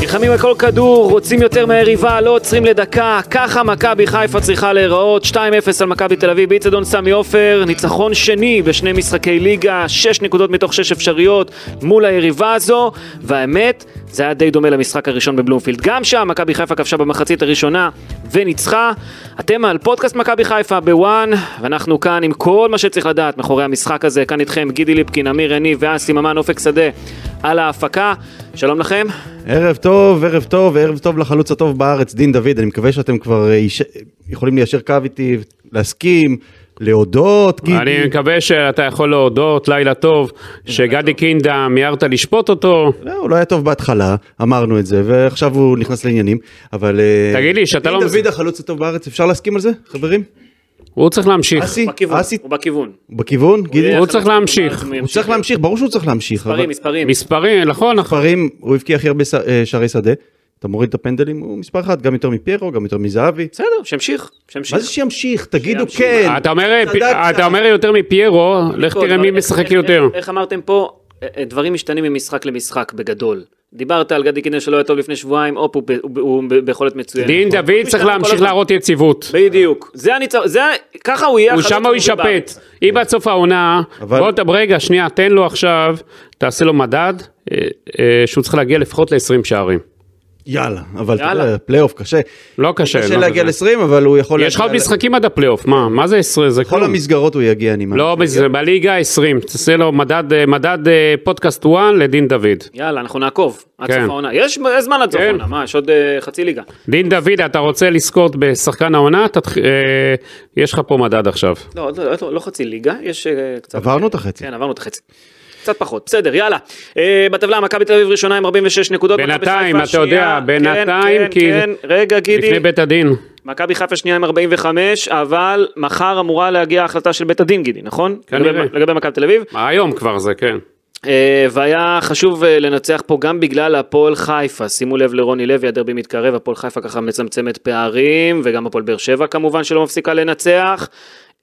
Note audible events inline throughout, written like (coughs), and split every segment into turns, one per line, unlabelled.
נלחמים על כל כדור, רוצים יותר מהיריבה, לא עוצרים לדקה, ככה מכבי חיפה צריכה להיראות, 2-0 על מכבי תל אביב, באיצטדיון סמי עופר, ניצחון שני בשני משחקי ליגה, 6 נקודות מתוך 6 אפשריות מול היריבה הזו, והאמת, זה היה די דומה למשחק הראשון בבלומפילד. גם שם מכבי חיפה כבשה במחצית הראשונה וניצחה. אתם על פודקאסט מכבי חיפה בוואן, ואנחנו כאן עם כל מה שצריך לדעת מאחורי המשחק הזה, כאן איתכם גידי ליפקין, אמיר יניב ואסי ממן אופק שדה על ההפקה. שלום לכם.
ערב טוב, ערב טוב, ערב טוב לחלוץ הטוב בארץ, דין דוד, אני מקווה שאתם כבר אה, יש... יכולים ליישר קו איתי, להסכים, להודות, גידי.
אני מקווה שאתה יכול להודות, לילה טוב, שגדי קינדה מיהרת לשפוט אותו.
לא, הוא לא היה טוב בהתחלה, אמרנו את זה, ועכשיו הוא נכנס לעניינים, אבל... אה,
תגיד לי, שאתה לא
דין
מז-
דוד החלוץ הטוב בארץ, אפשר להסכים על זה, חברים?
הוא צריך להמשיך.
אסי?
בכיוון,
אסי?
הוא בכיוון.
בכיוון? גידי?
יהיה- הוא צריך להמשיך.
הוא צריך להמשיך, ברור שהוא צריך להמשיך. אבל-
מספרים, מספרים.
מספרים, נכון, נכון.
מספרים, הוא הבקיע הכי הרבה ש- אה, שערי שדה. אתה מוריד את הפנדלים, הוא מספר אחת, גם יותר מפיירו, גם יותר מזהבי.
בסדר, שימשיך, שימשיך.
מה זה שימשיך? תגידו
שימשיך.
כן. נכון,
אתה אומר,
צדקת.
אתה אומר יותר מפיירו, לך
כל
תראה
דבר.
מי
איך-
משחק
איך-
יותר.
נכון.
איך- איך אמרתם פה, אה, אה, דברים משתנים ממשחק למשחק בגדול. דיברת על גדי קינן שלא היה טוב לפני שבועיים, הופ, הוא ב- הוא ב- הוא ב- ביכולת מצוינת.
דין
נכון.
דוד צריך
משתנה כל
להמשיך
הזמן.
להראות יציבות.
בדיוק. זה הניצחון, זה, ה- ככה הוא יהיה.
הוא
החלוץ
שם הוא
הטוב בארץ.
יישפט. אם עד סוף העונה,
אבל-
בוא תב- רגע, שנייה, תן לו עכשיו, תעשה לו מדד, אה, אה, שהוא צריך להגיע לפחות ל-20 שערים.
יאללה, אבל אתה
יאללה.
יודע, פלייאוף קשה.
לא קשה.
קשה
לא
להגיע
קשה.
ל-20, אבל הוא יכול...
יש לך עוד
להגיע ל-
משחקים עד הפלייאוף, מה? מה זה 20? זה
כל
כלום.
המסגרות הוא יגיע, אני מאמין.
לא,
אוקיי.
בזה- בליגה 20, תעשה לו מדד, אה, מדד אה, פודקאסט 1 לדין דוד.
יאללה, אנחנו נעקוב. עד
כן.
סוף העונה. יש יש זמן עד סוף
כן.
העונה, מה, יש עוד אה, חצי ליגה.
דין דוד, אתה רוצה לזכות בשחקן העונה? תתח... אה, יש לך פה מדד עכשיו.
לא, עוד לא, עוד לא, לא חצי ליגה, יש אה, קצת...
עברנו את החצי.
כן, עברנו את החצי. קצת פחות, בסדר, יאללה. אה, בטבלה, מכבי תל אביב ראשונה עם 46 נקודות. מכבי
בינתיים,
חיפה
אתה יודע,
שנייה.
בינתיים,
כן,
כי-
כן, כן, רגע, גידי.
לפני בית הדין.
מכבי חיפה שנייה עם 45, אבל מחר אמורה להגיע ההחלטה של בית הדין, גידי, נכון?
כנראה.
לגבי- לגבי מכבי תל אביב.
מה, היום כבר זה, כן.
אה, והיה חשוב אה, לנצח פה גם בגלל הפועל חיפה. שימו לב לרוני לוי, הדרבי מתקרב, הפועל חיפה ככה מצמצמת פערים, וגם הפועל באר שבע כמובן שלא מפסיקה לנצח.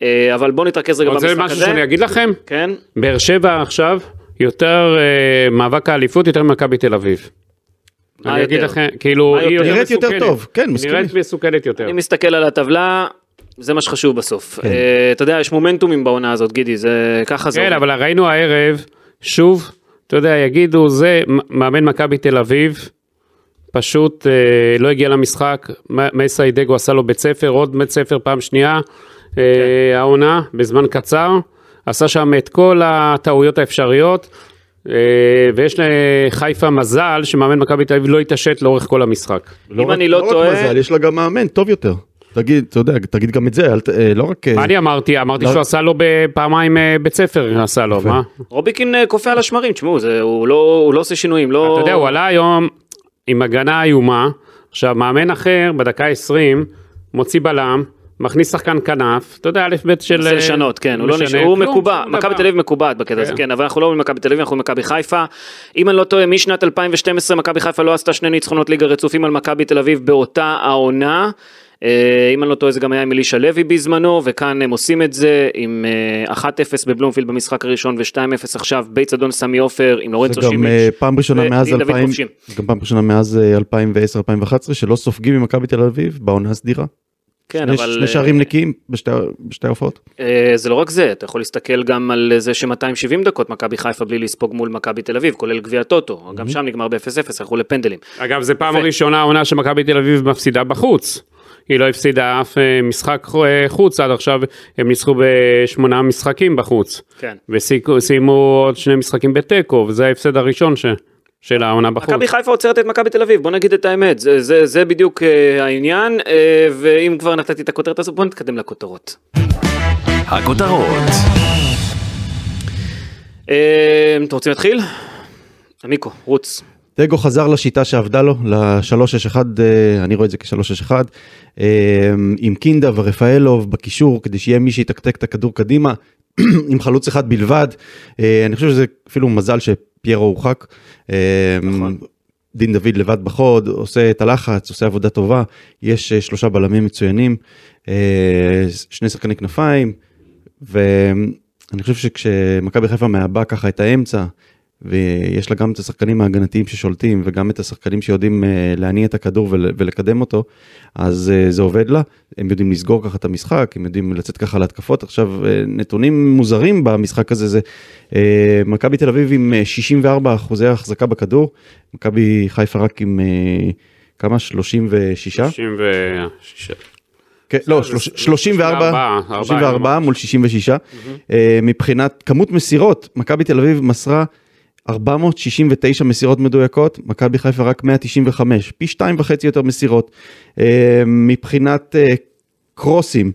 אה, אבל בואו נתרכז רגע
רוצה
במשחק
משהו
הזה.
שאני אגיד לכם?
כן,
באר שבע עכשיו, יותר אה, מאבק האליפות, יותר ממכבי תל אביב.
מה
אני אגיד
יותר?
לכם, כאילו,
מה
היא
יותר?
יותר
נראית יותר
מסוכנת.
טוב, כן,
היא
מסכים.
נראית מסוכנת יותר.
אני מסתכל על הטבלה, זה מה שחשוב בסוף. אה, אתה יודע, יש מומנטומים בעונה הזאת, גידי, זה ככה זה.
כן,
עובד.
אבל ראינו הערב, שוב, אתה יודע, יגידו, זה מ- מאמן מכבי תל אביב, פשוט אה, לא הגיע למשחק, מ- מסי דגו עשה לו בית ספר, עוד בית ספר פעם שנייה, אה, העונה, בזמן קצר, עשה שם את כל הטעויות האפשריות. אה, ויש לחיפה מזל שמאמן מכבי תל אביב לא התעשת לאורך כל המשחק.
לא
אם
רק-
אני לא
לא רק
טועה-
מזל, יש לה גם מאמן טוב יותר. תגיד, אתה יודע, תגיד גם את זה, אל ת- אה, לא רק... אה,
מה אני אמרתי? אמרתי
לא-
שהוא עשה לו בפעמיים אה, בית ספר, עשה לו, מה?
רוביקין אה, קופא על השמרים, תשמעו, זה- הוא לא הוא לא עושה שינויים, לא...
אתה יודע, הוא עלה היום עם הגנה איומה. עכשיו, מאמן אחר, בדקה 20, מוציא בלם, מכניס שחקן כנף, אתה יודע, א' ב' של... אה,
מנסה לשנות, כן, הוא לא
משנה,
נשאר, הוא
כלום,
מקובע,
שום
מכבי
דבר.
תל אביב מקובעת בקטע הזה,
כן.
כן, אבל אנחנו לא ממכבי תל אביב, אנחנו ממכבי חיפה. אם אני לא טועה, משנת 2012 מכבי חיפה לא עשתה שני ניצחונות ליגה רצופים על מכבי תל אביב באותה העונה. אה, אם אני לא טועה זה גם היה עם אלישע לוי בזמנו, וכאן הם עושים את זה עם אה, 1-0 בבלומפילד במשחק הראשון ו-2-0 עכשיו באיצטדיון סמי עופר עם
זה
לורנצו
גם אה,
שימיץ'.
פעם ראשונה
ודין
מאז
דוד
2000,
כובשים.
גם פעם ראשונה מאז אה, 2010-2011 שלא סופגים ממכבי תל אביב בעונה הסדירה.
כן,
שני-
אבל
שני
אה,
שערים נקיים בשתי ה- בשתי ההופעות.
אה, זה לא רק זה, אתה יכול להסתכל גם על אה, זה ש-270 דקות מכבי חיפה בלי לספוג מול מכבי תל אביב, כולל גביע טוטו, גם שם נגמר ב-0-0, הלכו לפנדלים.
אגב, זו פעם
יפה.
ראשונה העונה שמכבי תל אביב מפסידה בחוץ. היא לא הפסידה אף אה, משחק אה, חוץ עד עכשיו, הם ניצחו בשמונה משחקים בחוץ.
כן.
וסיימו עוד שני משחקים בתיקו, וזה ההפסד הראשון ש- של העונה בחוץ.
מכבי חיפה עוצרת את מכבי תל אביב, בוא נגיד את האמת, זה, זה, זה בדיוק אה, העניין, אה, ואם כבר נתתי את הכותרת הזו, בוא נתקדם לכותרות.
הכותרות,
אה, אתם רוצים להתחיל? עמיקו, רוץ.
דגו חזר לשיטה שעבדה לו, ל-361, אה, אני רואה את זה כ-361, אה, עם קינדה ורפאלוב בקישור, כדי שיהיה מי (clears throat) שיתקתק את הכדור קדימה, עם חלוץ אחד בלבד. אה, אני חושב שזה אפילו מזל פיירו הורחק.
נכון.
נכון. דין דוד לבד בחוד, עושה את הלחץ, עושה עבודה טובה. יש אה, שלושה בלמים מצוינים, אה, שני שחקני כנפיים, ואני חושב שכשמכבי חיפה מעבה ככה את האמצע, ויש לה גם את השחקנים ההגנתיים ששולטים, וגם את השחקנים שיודעים אה, להניע את הכדור ול- ולקדם אותו, אז אה, זה עובד לה. הם יודעים לסגור ככה את המשחק, הם יודעים לצאת ככה להתקפות. עכשיו, אה, נתונים מוזרים במשחק הזה, זה אה, מכבי תל אביב עם אה, 64 אחוזי החזקה בכדור, מכבי חיפה רק עם אה, כמה? 36?
96.
כן, לא,
זה-
שלוש-
זה-
34,
34,
34 מול 66. אה, מבחינת כמות מסירות, מכבי תל אביב מסרה 469 מסירות מדויקות, מכבי חיפה רק 195, פי שתיים וחצי יותר מסירות. אה, מבחינת אה, קרוסים,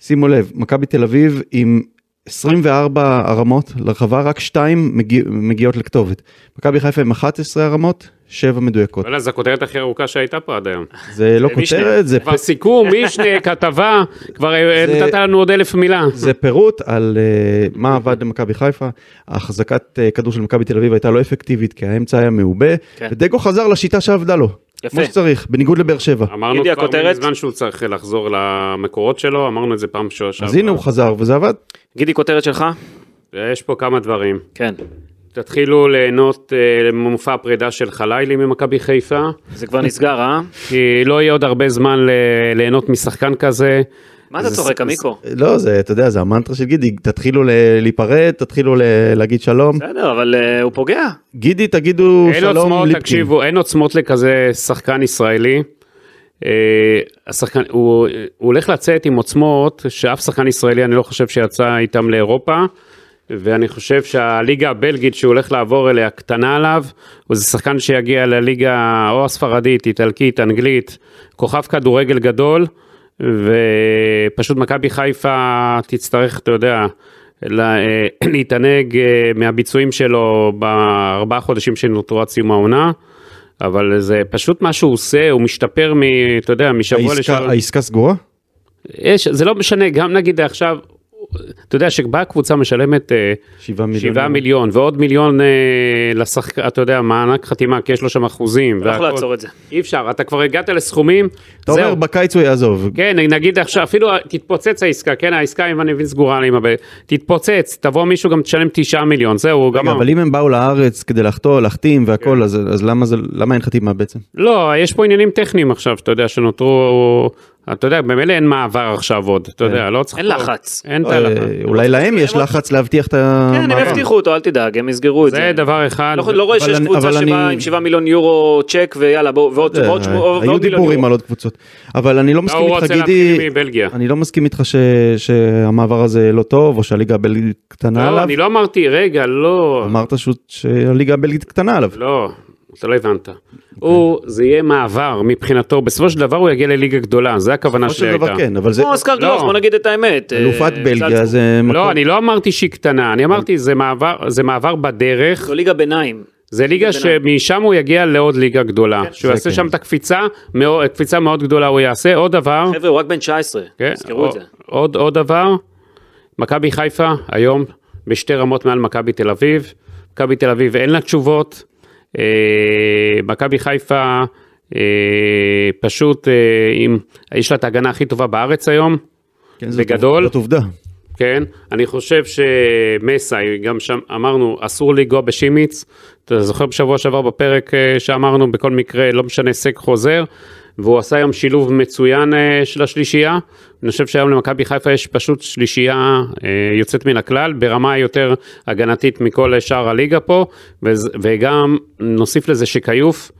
שימו לב, מכבי תל אביב עם 24 הרמות לרחבה, רק 2 מגיעות לכתובת. מכבי חיפה עם 11 הרמות, 7 מדויקות.
וואלה, זו הכותרת הכי ארוכה שהייתה פה עד היום.
זה לא
משנה.
כותרת, זה
כבר
(laughs)
סיכום, מישנה, כתבה, כבר אה,
זה-
נתת לנו עוד אלף מילה.
זה פירוט על אה, מה עבד למכבי חיפה. החזקת אה, כדור של מכבי תל אביב הייתה לא אפקטיבית כי האמצע היה מעובה,
כן.
ודגו חזר לשיטה שעבדה לו.
יפה.
כמו שצריך, בניגוד לבאר שבע.
אמרנו
גידי,
כבר
הכותרת?
מזמן שהוא צריך לחזור למקורות שלו, אמרנו את זה פעם שעברה.
אז הנה הוא חזר וזה עבד.
גידי, כותרת שלך?
יש פה כמה דברים.
כן.
תתחילו ליהנות אה, ממופע הפרידה של חלילי ממכבי חיפה,
זה כבר נסגר, אה?
כי לא יהיה עוד הרבה זמן ל- ליהנות משחקן כזה.
מה אתה
זה-
צוחק,
זה-
המיקרו?
לא, זה, אתה יודע, זה המנטרה של גידי, תתחילו ל- להיפרד, תתחילו ל- להגיד שלום.
בסדר, אבל אה, הוא פוגע.
גידי, תגידו
אין
שלום
עוצמות,
ליפקין.
תקשיבו, אין עוצמות לכזה שחקן ישראלי. אה, השחקן, הוא, אה, הוא הולך לצאת עם עוצמות שאף שחקן ישראלי, אני לא חושב שיצא איתם לאירופה, ואני חושב שהליגה הבלגית שהוא הולך לעבור אליה קטנה עליו, הוא זה שחקן שיגיע לליגה או הספרדית, איטלקית, אנגלית, כוכב כדורגל גדול, ופשוט מכבי חיפה תצטרך, אתה יודע, לה- אה, (clears throat) להתענג אה, מהביצועים שלו בארבעה חודשים שנותרו עד סיום העונה. אבל זה פשוט מה שהוא עושה, הוא משתפר, מ, אתה יודע, משבוע
העסקה-
לשבוע.
העסקה סגורה?
יש, זה לא משנה, גם נגיד עכשיו, אתה יודע שבאה קבוצה משלמת אה,
שבעה מיליון.
שבעה מיליון ועוד מיליון אה, לשחקן, אתה יודע, מענק חתימה, כי יש לו שם אחוזים.
לא יכול
והכל.
לעצור את זה.
אי אפשר, אתה כבר הגעת לסכומים,
אתה אומר, בקיץ הוא יעזוב.
כן, נגיד עכשיו, אפילו תתפוצץ העסקה, כן, העסקה, אם אני מבין, סגורה לי עם הבן, תתפוצץ, תבוא מישהו גם תשלם תשעה מיליון, זהו,
רגע,
גמר.
אבל אם הם באו לארץ כדי לחתור, להחתים והכל, אז אז למה זה- למה אין חתימה בעצם?
לא, יש פה עניינים טכניים עכשיו, אתה יודע, שנותרו, אתה יודע, במילא אין מעבר עכשיו עוד, אתה יודע, לא צריך...
אין לחץ.
אין את
כן. אה,
הלחץ.
אולי להם יש לחץ להבטיח את המעבר.
כן, הם יבטיחו אותו, אל תדאג, הם יסגרו את זה.
זה דבר אחד.
לא, לא רואה
אבל
שיש
אני-
קבוצה
אבל
שבאה
אני-
עם 7 מיליון יורו צ'ק ויאללה בוא, ועוד
יודע,
ועוד שמו- ועוד
אה, היו
מיליון
דיבורים
יורו.
על עוד קבוצות, אבל אני לא מסכים
הוא
איתך
רוצה
גידי,
להתחיל מבלגיה.
אני לא מסכים איתך ש- שהמעבר הזה לא טוב או שהליגה הבלגית קטנה
לא,
עליו,
אני לא אמרתי, רגע, לא,
אמרת שוט- שהליגה הבלגית קטנה עליו,
לא, אתה לא הבנת. הוא, זה יהיה מעבר מבחינתו, בסופו של דבר הוא יגיע לליגה גדולה, זה הכוונה
בסופו
שלי
של דבר
הייתה.
כן, אבל זה
כמו אוסקר
לא.
גלוך, בוא נגיד את האמת.
אלופת
אה,
בלגיה
זלצבורג.
זה מקום-
לא, אני לא אמרתי שהיא קטנה, אני אמרתי זה מעבר- זה מעבר בדרך,
זו ליגה ביניים.
זה ליגה שמשם הוא יגיע לעוד ליגה גדולה. שהוא
זה
יעשה
כן.
שם את הקפיצה, מאו- קפיצה מאוד גדולה הוא יעשה. עוד דבר,
חבר'ה, הוא רק בן 19,
כן,
תזכרו את זה.
עוד, עוד דבר, מכבי חיפה היום בשתי רמות מעל מכבי תל אביב. מכבי תל אביב אין לה תשובות. אה, מכבי חיפה אה, פשוט, אה, עם, יש לה את ההגנה הכי טובה בארץ היום,
כן, זאת-
בגדול.
זאת עובדה,
כן? אני חושב שמסה, גם שם אמרנו, אסור לנגוע בשימיץ. אתה זוכר בשבוע שעבר בפרק אה, שאמרנו, בכל מקרה, לא משנה, הישג חוזר. והוא עשה היום שילוב מצוין אה, של השלישייה. אני חושב שהיום למכבי חיפה יש פשוט שלישייה אה, יוצאת מן הכלל, ברמה יותר הגנתית מכל שאר הליגה פה, וזה- וגם נוסיף לזה שכיוף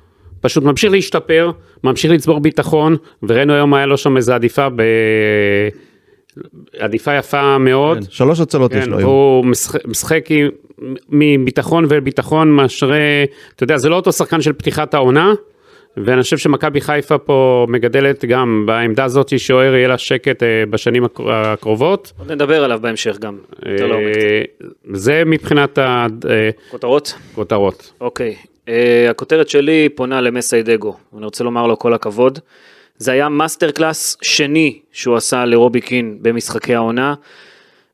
פשוט ממשיך להשתפר, ממשיך לצבור ביטחון, וראינו היום היה לו שם איזו עדיפה, ב... עדיפה יפה מאוד.
כן, שלוש הצלות יש
כן,
לו היום,
הוא משחק- משחק עם- מביטחון וביטחון משרה, אתה יודע, זה לא אותו שחקן של פתיחת העונה, ואני חושב שמכבי חיפה פה מגדלת גם בעמדה הזאת שוער יהיה לה שקט אה, בשנים הקר- הקרובות.
עוד נדבר עליו בהמשך גם. יותר לעומק.
אה, זה מבחינת אה,
כותרות?
הכותרות.
אוקיי. אה, הכותרת שלי פונה למסיידגו, ואני רוצה לומר לו כל הכבוד. זה היה מאסטר קלאס שני שהוא עשה לרובי קין במשחקי העונה,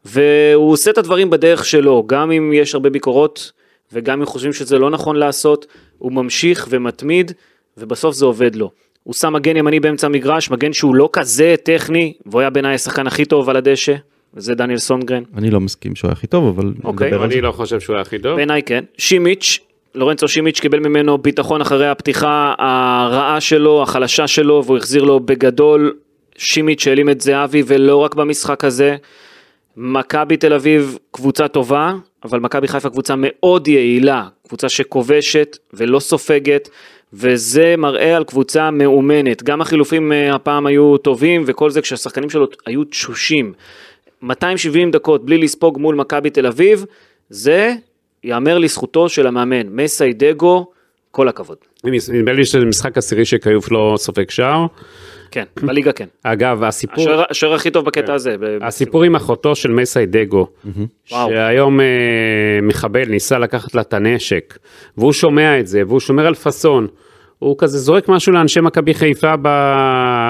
והוא עושה את הדברים בדרך שלו, גם אם יש הרבה ביקורות, וגם אם חושבים שזה לא נכון לעשות, הוא ממשיך ומתמיד, ובסוף זה עובד לו. הוא שם מגן ימני באמצע המגרש, מגן שהוא לא כזה טכני, והוא היה בעיניי השחקן הכי טוב על הדשא, וזה דניאל סונגרן.
אני לא מסכים שהוא היה הכי טוב, אבל
אוקיי,
נדבר על זה.
אני לא חושב שהוא היה הכי טוב.
בעיניי כן. שימיץ', לורנצו שימיץ' קיבל ממנו ביטחון אחרי הפתיחה הרעה שלו, החלשה שלו, והוא החזיר לו בגדול. שימיץ' העלים את זהבי, ולא רק במשחק הזה. מכבי תל אביב קבוצה טובה, אבל מכבי חיפה קבוצה מאוד יעילה, קבוצה שכובשת ולא סופגת, וזה מראה על קבוצה מאומנת. גם החילופים אה, הפעם היו טובים, וכל זה כשהשחקנים שלו היו תשושים. 270 דקות בלי לספוג מול מכבי תל אביב, זה יאמר לזכותו של המאמן, מסיידגו, כל הכבוד.
נדמה לי שזה משחק עשירי שכיוף לא סופג שער.
כן, בליגה כן.
אגב, הסיפור...
השוער- השוער הכי טוב בקטע הזה. ב-
הסיפור עם אחותו של מייסי דגו,
וואו.
שהיום אה, מחבל ניסה לקחת לה את הנשק, והוא שומע את זה, והוא שומר על פאסון, הוא כזה זורק משהו לאנשי מכבי חיפה ב...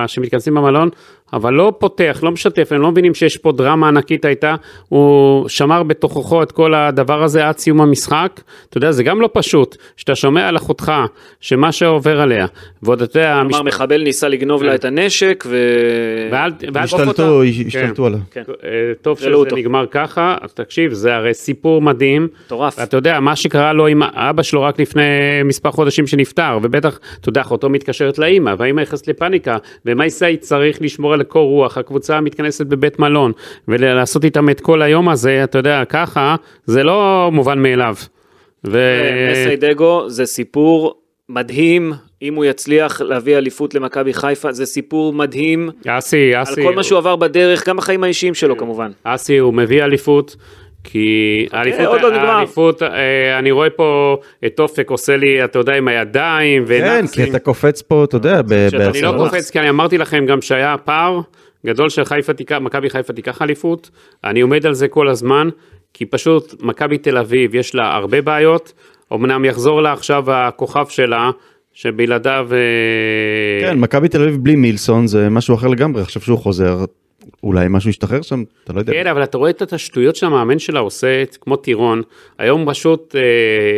שמתכנסים במלון, אבל לא פותח, לא משתף, הם לא מבינים שיש פה דרמה ענקית הייתה, הוא שמר בתוכו את כל הדבר הזה עד סיום המשחק, אתה יודע, זה גם לא פשוט, שאתה שומע על אחותך, שמה שעובר עליה, ועוד אתה יודע,
כלומר,
המשפ-
מחבל ניסה לגנוב לה את הנשק, ו...
ואל- ואל תדחוף
השתלטו,
אותה.
הש-
כן.
השתלטו עליו.
כן.
אה, טוב שזה
תגלו אותו.
נגמר ככה, אז תקשיב, זה הרי סיפור מדהים.
מטורף.
ואתה יודע, מה שקרה לו עם אבא שלו רק לפני מספר חודשים שנפטר, ובטח, אתה יודע, אחותו מתקשרת לאימא, והאימא נכנסת לפאניקה, ומייסאי צריך לשמור על קור רוח, הקבוצה מתכנסת בבית מלון, ולעשות איתם את כל היום הזה, אתה יודע, ככה, זה לא מובן מאליו. ו...
כן,
אה,
מסיידגו זה סיפור מדהים, אם הוא יצליח להביא אליפות למכבי חיפה, זה סיפור מדהים,
אסי,
על
אסי,
כל מה שהוא עבר בדרך, גם בחיים האישיים שלו כמובן.
אסי הוא מביא אליפות. כי
עוד לא
האליפות,
נגמר.
האליפות, אה, אני רואה פה את אופק עושה לי, אתה יודע, עם הידיים,
כן, כי
ונאצים.
אתה קופץ פה, אתה יודע, ב-
אני לא
בעשרות.
קופץ, כי אני אמרתי לכם גם שהיה פער גדול של חיפה תיקח, מכבי חיפה תיקח אליפות, אני עומד על זה כל הזמן, כי פשוט מכבי תל אביב יש לה הרבה בעיות, אמנם יחזור לה עכשיו הכוכב שלה, שבלעדיו... אה,
כן, מכבי תל אביב בלי מילסון זה משהו אחר לגמרי, עכשיו שהוא חוזר, אולי משהו ישתחרר שם, אתה לא יודע.
כן, אבל אתה רואה את השטויות שהמאמן שלה עושה, כמו טירון. היום פשוט אה,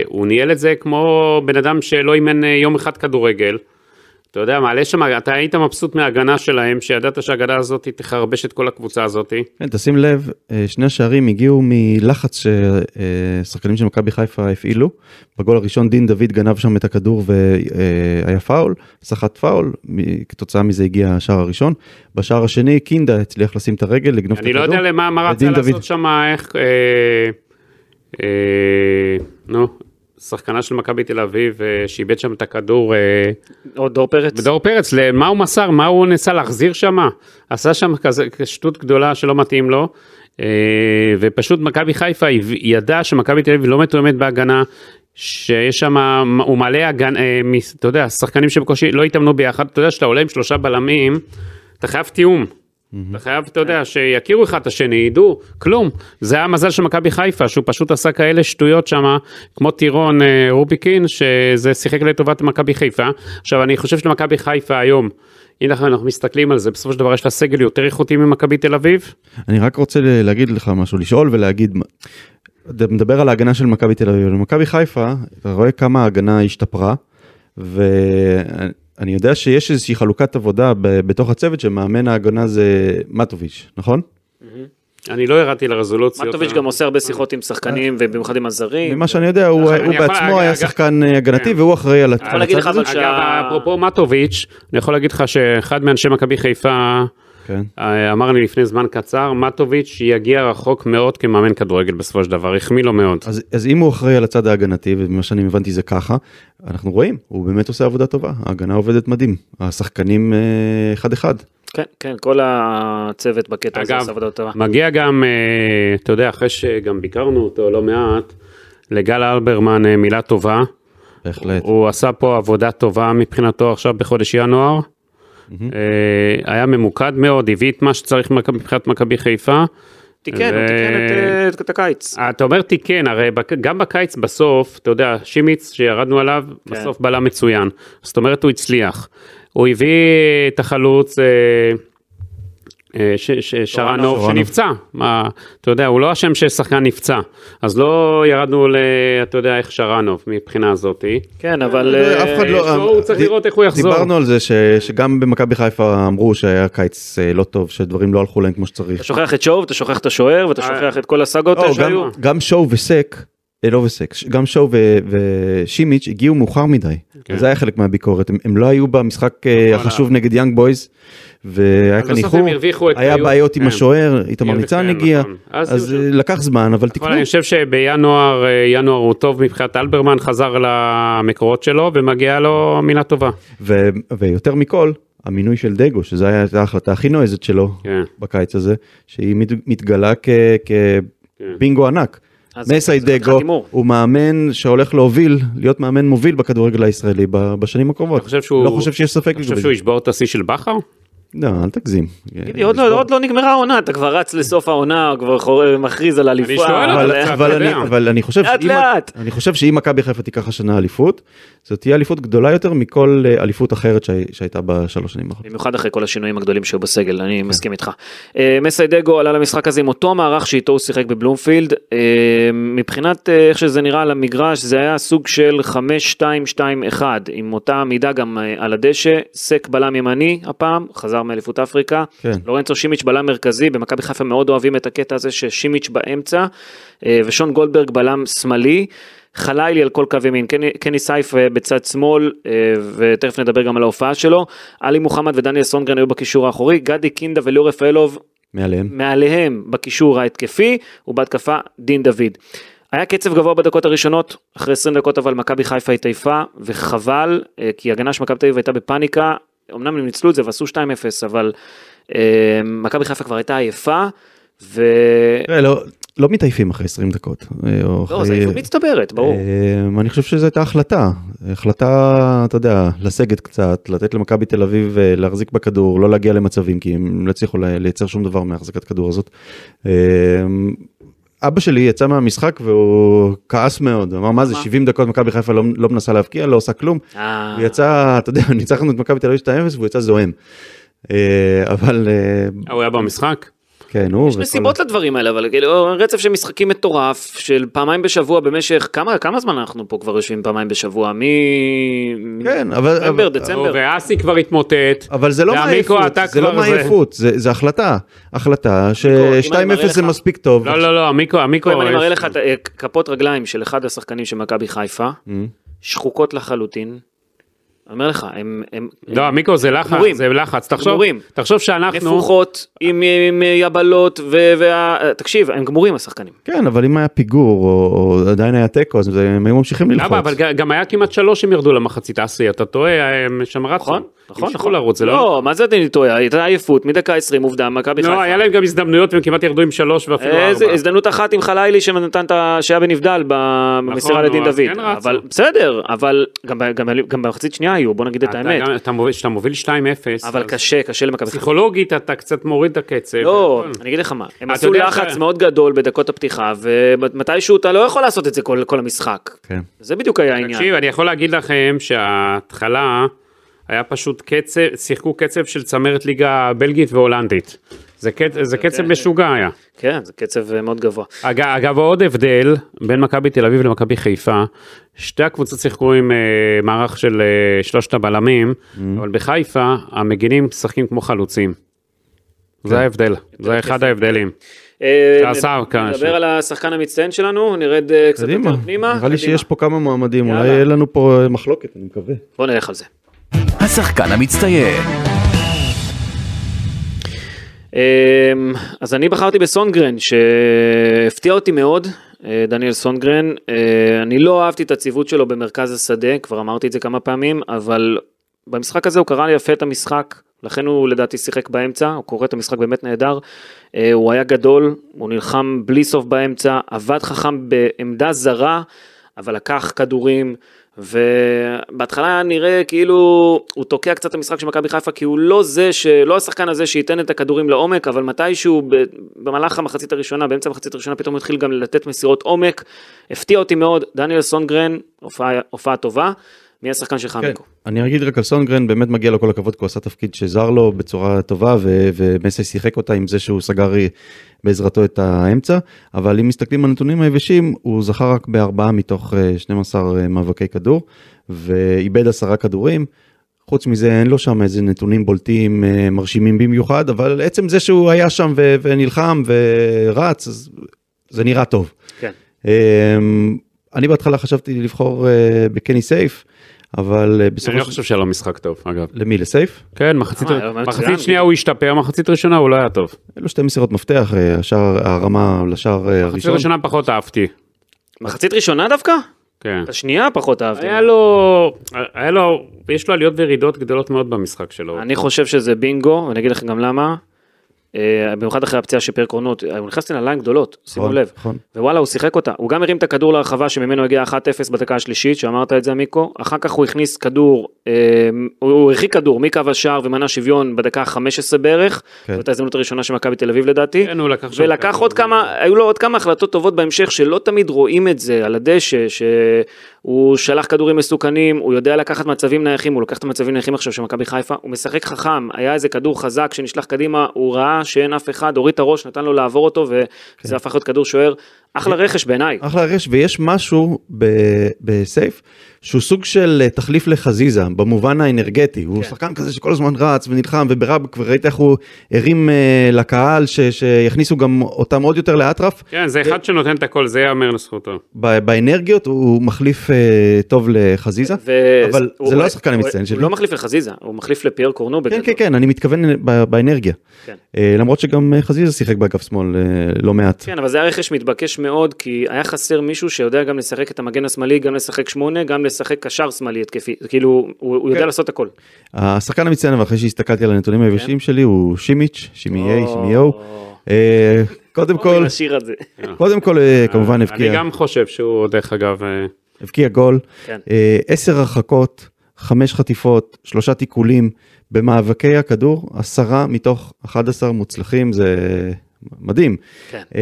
הוא ניהל את זה כמו בן אדם שלא אימן אה, יום אחד כדורגל. אתה יודע, מעלה שם, אתה היית מבסוט מההגנה שלהם, שידעת שההגנה הזאת תחרבש את כל הקבוצה הזאת.
כן, תשים לב, אה, שני השערים הגיעו מלחץ ששחקנים של מכבי חיפה הפעילו. בגול הראשון דין דוד גנב שם את הכדור והיה פאול, סחט פאול, מ- כתוצאה מזה הגיע השער הראשון. בשער השני קינדה הצליח לשים את הרגל, לגנוב את
אני
הכדור.
לא יודע למה מה רצה
ודין
לעשות
דוד.
שם, איך... אה, אה, נו, שחקנה של מכבי תל אביב, אה, שאיבד שם את הכדור. אה,
עוד דור פרץ.
ודור פרץ, למה הוא מסר, מה הוא ניסה להחזיר שם? עשה שם כזה שטות גדולה שלא מתאים לו. אה, ופשוט מכבי חיפה הב- ידעה שמכבי תל אביב לא מתואמת בהגנה, שיש שם, הוא מלא הגנה, אתה יודע, שחקנים שבקושי לא התאמנו ביחד, אתה יודע שאתה עולה עם שלושה בלמים, אתה חייב תיאום. אתה חייב, אתה יודע, שיכירו אחד את השני, ידעו, כלום. זה היה מזל של מכבי חיפה, שהוא פשוט עשה כאלה שטויות שם, כמו טירון אה, רוביקין, שזה שיחק לטובת מכבי חיפה. עכשיו, אני חושב שלמכבי חיפה היום, אם אנחנו אנחנו מסתכלים על זה, בסופו של דבר יש לה סגל יותר איכותי ממכבי תל אביב.
אני רק רוצה ל- להגיד לך משהו, לשאול ולהגיד, מה- אתה מדבר על ההגנה של מכבי תל אביב, למכבי חיפה, אתה רואה כמה ההגנה השתפרה, ואני יודע שיש איזושהי חלוקת עבודה ב- בתוך הצוות שמאמן ההגנה זה מטוביץ', נכון?
אני לא ירדתי לרזולוציות.
מטוביץ' גם עושה הרבה שיחות עם שחקנים, ובמיוחד עם הזרים.
אה. ממה שאני יודע, הוא
אני
הוא
יכול-
בעצמו
אגב-
היה שחקן אה, הגנתי והוא אחראי על
יכול להגיד לך,
הזה.
אבל
אגב,
שה-
אפרופו מטוביץ', אני יכול להגיד לך שאחד מאנשי מכבי חיפה
כן.
אה, אמר לי לפני זמן קצר, מטוביץ' יגיע רחוק מאוד כמאמן כדורגל בסופו של דבר, החמיא לו מאוד.
אז, אז אם הוא אחראי על הצד ההגנתי, וממה שאני הבנתי זה ככה, אנחנו רואים, הוא באמת עושה עבודה טובה, ההגנה עובדת מדהים, השחקנים אה, אחד-אחד.
כן, כן, כל הצוות בקטע הזה
אגב,
עושה עבודה טובה.
מגיע גם, אה, אתה יודע, אחרי שגם ביקרנו אותו לא מעט, לגל אלברמן אה, מילה טובה.
בהחלט.
הוא עשה פה עבודה טובה מבחינתו עכשיו בחודש ינואר. אה, היה ממוקד מאוד, הביא את מה שצריך מכ- מבחינת מכבי חיפה.
תיקן, הוא
ו-
תיקן את, אה, את- את הקיץ.
אתה אומר תיקן, הרי בק- גם בקיץ בסוף, אתה יודע, שימיץ שירדנו עליו, בסוף בלם מצוין. זאת אומרת, הוא הצליח. הוא הביא את החלוץ, אה, אה, ש- ש- שרנוב
שרנוב.
שנפצע. מה, אתה יודע, הוא לא אשם ששחקן נפצע. אז לא ירדנו ל... אתה יודע, איך שרנוב מבחינה זאתי.
כן, אבל...
אף
אה,
אחד לא...
אצלו הוא צריך
די-
לראות איך הוא יחזור.
דיברנו על זה ש- שגם במכבי חיפה אמרו שהיה קיץ אה, לא טוב, שדברים לא הלכו להם כמו שצריך.
אתה שוכח את שואו, אתה שוכח את השוער, ואתה
אה.
שוכח את כל הסאגות
לא,
האלה
גם-
שהיו.
גם שואו וסק, אה, לא וסק, ש- גם שואו ו- ושימיץ' הגיעו מאוחר מדי.
כן.
זה היה חלק מהביקורת, הם- הם לא היו במשחק אה,
נכון,
החשוב נגד יאנג בויז, והיה
אז
כאן
בסוף
איחור,
הם הרוויחו את...
היה
היו-
בעיות עם
כן.
השוער, איתמר
הרוויחו,
ניצן
כן,
הגיע,
נכון. אז נכון,
אז
יהיו-
אה, לקח זמן, אבל
אבל אני
תקנו.
חושב שבינואר, אה, ינואר הוא טוב מבחינת אלברמן, חזר למקורות שלו ומגיעה לו מילה טובה.
ו- ויותר מכל, המינוי של דגו, שזו הייתה ההחלטה הכי נועזת שלו
כן.
בקיץ הזה, שהיא מת- מתגלה כ- כבינגו ענק.
כן. אז-
מסי
אז חתיכת
דגו
הימור.
הוא מאמן שהולך להוביל, להיות מאמן מוביל בכדורגל הישראלי ב- בשנים
אתה
הקרובות.
חושב שהוא...
לא חושב שיש ספק
אתה חושב
לגבי
שהוא
זה.
ישבור את השיא של בכר?
לא, אל תגזים.
תגידי, עוד לא- עוד לא נגמרה העונה, אתה כבר רץ לסוף העונה, כבר חור- מכריז על אליפות.
שואל
אבל-
אתה
אבל אני-
יודע.
אבל אני חושב
לא- לאט
שאם-
לאט.
אני חושב שאם מכבי חיפה תיקח השנה אליפות, זו תהיה אליפות גדולה יותר מכל אה, אליפות אחרת שהי- שהייתה בשלוש שנים האחרונות.
במיוחד אחרי כל השינויים הגדולים שהיו בסגל,
כן.
אני מסכים איתך. אה, מסיידגו עלה למשחק הזה עם אותו מערך שאיתו הוא שיחק בבלומפילד. אה, מבחינת אה, איך שזה נראה על המגרש, זה היה סוג של 5-2-2-1, עם אותה עמידה גם אה, על הדשא. סק בלם ימני הפעם, חזר מאליפות אפריקה.
כן.
לורנצו שימיץ' בלם מרכזי, במכבי חיפה מאוד אוהבים את הקטע הזה ששימיץ' באמצע, אה, ושון גולדברג בלם שמאלי. חלילי על כל קו ימין, קני- קני סייף אה, בצד שמאל, אה, ותכף נדבר גם על ההופעה שלו. עלי מוחמד ודניאל סונגרן היו בקישור האחורי, גדי קינדה וליאור רפאלוב
מעליהם.
מעליהם בקישור ההתקפי, ובהתקפה דין דוד. היה קצב גבוה בדקות הראשונות, אחרי 20 דקות אבל מכבי חיפה התעייפה, וחבל, אה, כי הגנה של מכבי תל אביב הייתה בפאניקה, אמנם הם ניצלו את זה ועשו 2-0, אבל אה, מכבי חיפה כבר הייתה עייפה, ו...
תראה, לא- לא מתעייפים אחרי 20 דקות. אה, או
לא,
אחרי-
זו עייפות מצטברת, ברור.
אמ, אני חושב שזו הייתה החלטה, החלטה, אתה יודע, לסגת קצת, לתת למכבי תל אביב אה, להחזיק בכדור, לא להגיע למצבים, כי הם לא הצליחו ל- לייצר שום דבר מהחזקת כדור הזאת. אמ, אבא שלי יצא מהמשחק והוא כעס מאוד, אמר מה זה 70 דקות מכבי חיפה לא, לא מנסה להבקיע, לא עושה כלום,
אה,
הוא יצא, אתה יודע, (laughs) ניצחנו את מכבי תל אביב 2-0 והוא יצא זועם. אה, אבל אה,
אה, הוא היה במשחק?
כן, הוא...
יש נסיבות לדברים האלה, אבל כאילו רצף של משחקים מטורף, של פעמיים בשבוע במשך, כמה כמה זמן אנחנו פה כבר יושבים פעמיים בשבוע? מ...
כן, אבל-
נובמבר,
אבל-
דצמבר.
ואסי כבר התמוטט.
אבל זה לא
והמיקרו
מעייפות,
אתה
זה לא
כבר זה-
מעייפות, זה זה החלטה, החלטה
אני מראה
ש-2-0 זה
לך-
מספיק טוב.
לא, לא, לא, המיקרו, המיקרו...
אם אני מראה
יש-
לך את ה- כפות רגליים של אחד השחקנים של מכבי חיפה,
Mm.
שחוקות לחלוטין. אני אומר לך, הם... הם-
לא, המיקרו זה לחץ,
גמורים.
זה לחץ. תחשוב,
גמורים.
תחשוב שאנחנו...
נפוחות, עם עם אה, יבלות, ו- וה... אה, תקשיב, הם גמורים השחקנים.
כן, אבל אם היה פיגור, או, או עדיין היה תיקו, אז הם היו ממשיכים ללחוץ.
למה? אבל ג- גם היה כמעט שלוש הם ירדו למחצית אסי, אתה טועה, הם שם רצו.
נכון? נכון,
המשיכו
נכון.
לרוץ, זה לא...
לא, מה זה אני טועה? הייתה עייפות, מדקה 20, עובדה, מכבי חיפה.
לא, היה להם גם הזדמנויות והם כמעט ירדו עם שלוש ואפילו
איזה
ארבע.
הזדמנות אחת עם חלילי שנתן את ה... שהיה בנבדל ב- במסירה
נכון, נו,
לדין
אז
דוד.
כן רצו.
אבל בסדר, אבל גם ב- גם ב- גם במחצית שנייה היו, בוא נגיד את
אתה
האמת.
גם- אתה מוביל- כשאתה מוביל 2-0,
אבל
אז
קשה, קשה למכבי חיפה.
פסיכולוגית אתה קצת מוריד את הקצב.
לא,
נכון.
אני אגיד לך מה, הם
אתה
עשו
יודע,
לחץ
אתה-
מאוד גדול בדקות הפתיחה, ומתישהו אתה לא יכול לעשות את זה כל כל המשחק.
כן.
זה בדיוק היה העניין.
תקשיב, אני יכול להגיד לכם שההתחלה היה פשוט קצב, שיחקו קצב של צמרת ליגה בלגית והולנדית. זה, קצ... זה קצב משוגע היה.
כן, זה קצב אה, מאוד גבוה.
אגב, אגב, עוד הבדל בין מכבי תל אביב למכבי חיפה, שתי הקבוצות שיחקו עם אה, מערך של אה, שלושת הבלמים, אבל בחיפה המגינים משחקים כמו חלוצים. זה ההבדל, זה אחד ההבדלים.
אה,
שעשה כאן,
נדבר
ש-
על השחקן המצטיין שלנו, נרד אה, קצת
קדימה,
יותר פנימה.
נראה
קדימה.
לי שיש פה כמה מועמדים,
יאללה.
אולי יהיה לנו פה אה, מחלוקת, אני מקווה.
בוא נלך על זה.
השחקן המצטיין.
אמ, אז אני בחרתי בסונגרן שהפתיע אותי מאוד, אה, דניאל סונגרן. אה, אני לא אהבתי את הציוות שלו במרכז השדה, כבר אמרתי את זה כמה פעמים, אבל במשחק הזה הוא קרא לי יפה את המשחק, לכן הוא לדעתי שיחק באמצע, הוא קורא את המשחק באמת נהדר. אה, הוא היה גדול, הוא נלחם בלי סוף באמצע, עבד חכם בעמדה זרה, אבל לקח כדורים. ובהתחלה נראה כאילו הוא תוקע קצת את המשחק של מכבי חיפה כי הוא לא זה שלא השחקן הזה שייתן את הכדורים לעומק אבל מתישהו ב- במהלך המחצית הראשונה באמצע המחצית הראשונה פתאום הוא התחיל גם לתת מסירות עומק הפתיע אותי מאוד דניאל סונגרן הופעה, הופעה טובה מי השחקן שלך,
כן,
מיקו?
אני אגיד רק על סונגרן, באמת מגיע לו כל הכבוד, כי הוא עשה תפקיד שזר לו בצורה טובה, ו- ומסי שיחק אותה עם זה שהוא סגר בעזרתו את האמצע, אבל אם מסתכלים על הנתונים היבשים, הוא זכה רק בארבעה מתוך אה, 12 מאבקי כדור, ואיבד עשרה כדורים. חוץ מזה אין לו שם איזה נתונים בולטים אה, מרשימים במיוחד, אבל עצם זה שהוא היה שם ו- ונלחם ורץ, אז זה נראה טוב.
כן.
אמ, אני בהתחלה חשבתי לבחור אה, בקני סייף, אבל אה,
אני
בסופו
לא
של...
חושב שהיה לו משחק טוב, אגב.
למי? לסייף?
כן, מחצית
אה, היה מצוין.
מחצית שנייה הוא השתפר, מחצית ראשונה הוא לא היה טוב.
אלו שתי מסירות מפתח, אה, השער, הרמה לשער אה,
מחצית
הראשון.
ראשונה פחות אהבתי.
מחצית ראשונה דווקא?
כן.
את השנייה פחות אהבתי.
היה
לא-
לו, היה לו, יש לו עליות וירידות גדולות מאוד במשחק שלו.
אני חושב שזה בינגו, ואני אגיד לכם גם למה. אה, במיוחד אחרי הפציעה של פרקורנות, הוא נכנס לנעליים גדולות, שימו
נכון,
לב.
נכון.
ווואלה, הוא שיחק אותה. הוא גם הרים את הכדור להרחבה שממנו הגיע 1-0 בדקה השלישית, שאמרת את זה, מיקו. אחר כך הוא הכניס כדור, אה, הוא- הוא הרחיק כדור מקו השער ומנע שוויון בדקה ה-15 בערך.
כן.
זאת ההזדמנות הראשונה של מכבי תל אביב לדעתי.
כן, הוא לקח שם
ולקח
כדור.
עוד כמה, היו לו עוד כמה החלטות טובות בהמשך שלא תמיד רואים את זה על הדשא, שהוא שלח כדורים מסוכנים, הוא יודע לקחת מצבים נייחים, הוא לוקח את המצבים הנייחים עכשיו של מכבי חיפה, הוא משחק חכם, היה איזה כדור חזק שנשלח קדימה, הוא ראה שאין אף אחד, הוריד את הראש, נתן לו לעבור אותו, וזה
כן.
הפך להיות כדור שוער. אחלה רכש בעיניי.
אחלה רש, ויש משהו ב- בסייף שהוא סוג של אה, תחליף לחזיזה במובן האנרגטי.
כן.
הוא שחקן כזה שכל הזמן רץ ונלחם, וברבק, וראית איך הוא הרים אה, לקהל ש- שיכניסו גם אותם עוד יותר לאטרף.
כן, זה אחד שנותן את הכל, זה ייאמר לזכותו.
ב- באנרגיות הוא מחליף אה, טוב לחזיזה,
ו-
אבל
הוא-
זה לא
הוא-
השחקן
הוא-
המצטיין
הוא
שלי.
לא מחליף לחזיזה, הוא מחליף לפייר קורנו
כן,
בגדול.
כן, כן, אני מתכוון ב- באנרגיה.
כן.
אה, למרות שגם אה, חזיזה שיחק באגף שמאל אה, לא מעט.
כן, אבל זה היה רכש מתבקש מאוד, כי היה חסר מישהו שיודע גם לשחק את המגן השמאלי, גם לשחק שמונה, גם לשחק קשר שמאלי התקפי. כאילו, הוא, הוא יודע
כן.
לעשות הכל.
השחקן המצטיין, אבל אחרי שהסתכלתי על הנתונים היבשים שלי, הוא שימיץ', שימיי,
כן. או, לא,
שימיהו. אה, קודם
אוי,
כל,
השיר הזה.
קודם כל אה, כמובן
אני
הבקיע,
גם חושב שהוא, דרך אגב, אה,
הבקיע גול.
כן.
אה, עשר הרחקות, חמש חטיפות, שלושה תיקולים. במאבקי הכדור, עשרה מתוך 11 מוצלחים, זה מדהים.
כן.
אה,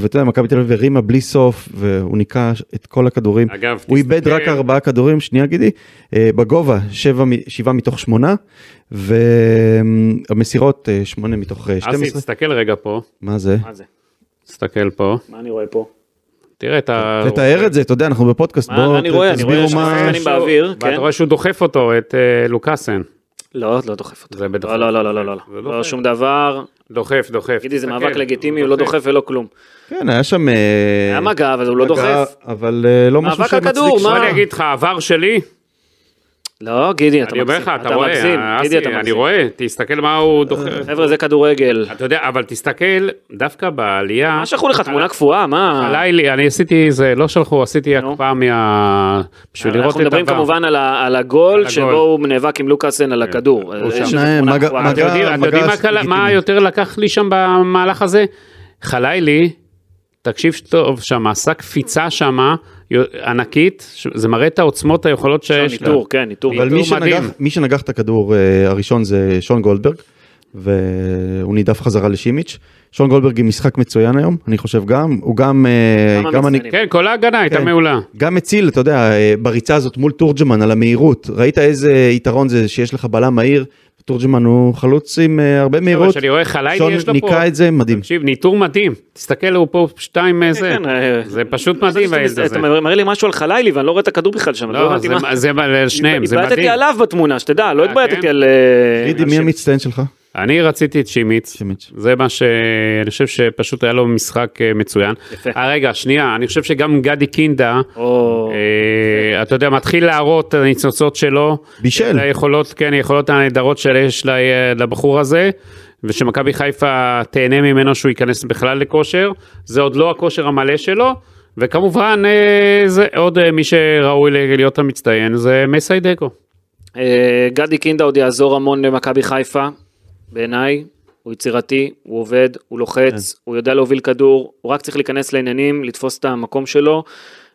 ואתה יודע, מכבי תל אביב הרימה בלי סוף, והוא ניקה את כל הכדורים.
אגב,
הוא איבד רק
תסתכל-
ארבעה כדורים, שנייה גידי, אה, בגובה שבע, מ- שבעה מתוך שמונה, והמסירות אה, שמונה מתוך אה,
אסי,
12.
תסתכל רגע פה,
מה זה?
מה זה?
תסתכל פה,
מה אני רואה פה?
תראה את ה...
תתאר את זה, אתה יודע, אנחנו בפודקאסט,
מה- מה
בואו
אני רואה? אני רואה
תסבירו
שם
מה...
שחקנים באוויר, כן.
ואתה רואה שהוא דוחף אותו, את אה, לוקאסן.
לא, לא דוחף אותו.
זה בדוחף.
לא, לא, לא, לא, לא, לא.
נכון. זה דוחף.
לא שום דבר.
דוחף, דוחף.
תגידי, זה
תסתכל,
מאבק לגיטימי, הוא לא דוחף ולא כלום.
כן, היה שם... אה,
היה מגע, אבל הוא לא
מגע,
דוחף.
אבל אה, לא משהו
מאבק
שמצדיק...
הכדור,
שם.
בוא
מה?
אני אגיד לך, העבר שלי,
לא, גידי, אתה
אני אומר
מגזים.
לך, אתה
מגזים.
רואה, אה,
גידי,
אסי,
אתה אה.
אני
מגזים.
רואה, תסתכל מה הוא דוחף.
חבר'ה, זה כדורגל.
אתה יודע, אבל תסתכל, דווקא בעלייה...
מה שלחו לך? תמונה קפואה? מה?
הלילי, אני עשיתי זה, לא שלחו, עשיתי
נו.
הקפאה מה... בשביל לראות את
אנחנו מדברים
העבר.
כמובן על ה- על הגול
הגול. כן.
שבו הוא נאבק עם לוקאסן על הכדור.
הוא
יש
שם.
איזו
שנייה,
תמונה
מגע-
קבועה.
אתם יודעים- אתם יודעים מה
מגס
קלה- מה
לגיטימי.
יותר לקח לי שם במהלך הזה? חלילי, תקשיב טוב שם, עשה קפיצה שם ענקית, ש- זה מראה את העוצמות, היכולות שיש לו.
ניטור, כן, ניטור.
אבל
אבל מי
כדור מדהים.
שנגח- מי שנגח את הכדור אה, הראשון זה שון גולדברג, והוא נידף חזרה לשימיץ'. שון גולדברג עם משחק מצוין היום, אני חושב גם, הוא גם... אה,
כמה
גם אני-
מצטיינים.
כן, כל ההגנה הייתה
כן.
מעולה.
גם הציל, אתה יודע, אה, בריצה הזאת מול תורג'מן על המהירות. ראית איזה יתרון זה שיש לך בלם מהיר, תורג'מן הוא חלוץ עם אה, הרבה
כן,
מהירות.
כשאני רואה חלילי,
שון
יש לו פה-
ניקה את זה, מדהים.
תקשיב, ניטור מדהים, תסתכל, הוא פה שתיים אה, זה.
כן, אה,
זה פשוט מדהים
חשבתי
הילד
שאתה-
הזה.
אתה מראה לי משהו על חלילי ואני לא רואה את הכדור בכלל שם. לא
לא,
הבנתי
זה-
מה-
זה זה- שניהם, זה
התבעטתי
מדהים.
עליו בתמונה, שתדע, לא
אה,
התבעטתי
כן?
על... אה,
תגידי,
על
מי
שם.
המצטיין שלך?
אני רציתי את שימיץ,
שימיץ'.
זה מה שאני חושב שפשוט היה לו משחק אה, מצוין.
יפה.
אה, רגע, שנייה, אני חושב שגם גדי קינדה,
או,
אה, אתה יודע, מתחיל להראות את הניצוצות שלו.
בישל.
את היכולות, כן, היכולות הנהדרות שיש ל- לבחור הזה, ושמכבי חיפה תהנה ממנו שהוא ייכנס בכלל לכושר, זה עוד לא הכושר המלא שלו. וכמובן, אה, זה עוד אה, מי שראוי ל- להיות המצטיין זה מסיידקו.
אה, גדי קינדה עוד יעזור המון למכבי חיפה, בעיניי. הוא יצירתי, הוא עובד, הוא לוחץ, הוא יודע להוביל כדור, הוא רק צריך להיכנס לעניינים, לתפוס את המקום שלו,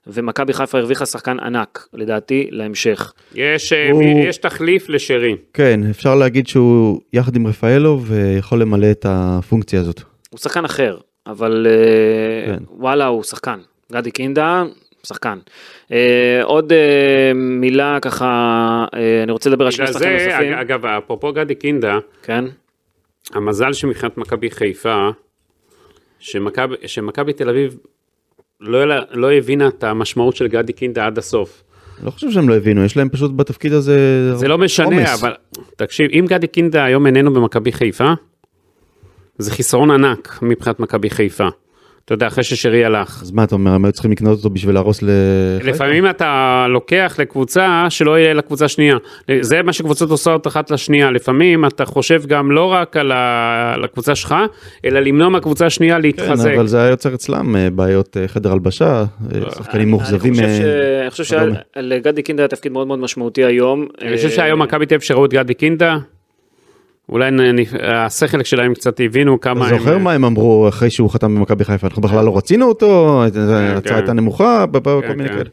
ומכבי חיפה הרוויחה שחקן ענק, לדעתי, להמשך.
יש, אה,
הוא-
מי- יש תחליף לשרי.
כן, אפשר להגיד שהוא יחד עם רפאלו ויכול למלא את הפונקציה הזאת.
הוא שחקן אחר, אבל אה,
כן.
וואלה, הוא שחקן. גדי קינדה, שחקן. אה, עוד אה, מילה ככה, אה, אני רוצה לדבר על שני
בגלל
שחקנים
זה, אה,
נוספים.
אג- אגב, אפרופו גדי קינדה,
כן,
המזל שמבחינת מכבי חיפה, שמכבי- שמכבי תל אביב לא, לא הבינה את המשמעות של גדי קינדה עד הסוף.
לא חושב שהם לא הבינו, יש להם פשוט בתפקיד הזה
זה לא משנה,
עומס.
אבל תקשיב, אם גדי קינדה היום איננו במכבי חיפה, זה חיסרון ענק מבחינת מכבי חיפה. אתה יודע, אחרי ששרי הלך.
אז מה אתה אומר, הם היו צריכים לקנות אותו בשביל להרוס ל...
לפעמים אתה לוקח לקבוצה שלא יהיה לקבוצה שנייה. זה מה שקבוצות עושות אחת לשנייה. לפעמים אתה חושב גם לא רק על ה- על הקבוצה שלך, אלא למנוע מהקבוצה השנייה
כן,
להתחזק.
אבל זה היה יוצר אצלם אה, בעיות אה, חדר הלבשה, אה, שחקנים מאוכזבים.
אני חושב, ש...
אה,
אני חושב
וכדומה.
שלגדי קינדה היה תפקיד מאוד מאוד משמעותי היום. אה,
אני חושב שהיום מכבי תל אביב שראו את גדי קינדה, אולי נ- נ- השכל שלהם קצת הבינו כמה
אתה זוכר מה הם אמרו אחרי שהוא חתם במכבי חיפה, אנחנו בכלל לא רצינו אותו, ההצעה הייתה נמוכה, ב- ב- כל מיני
כן.
כאלה.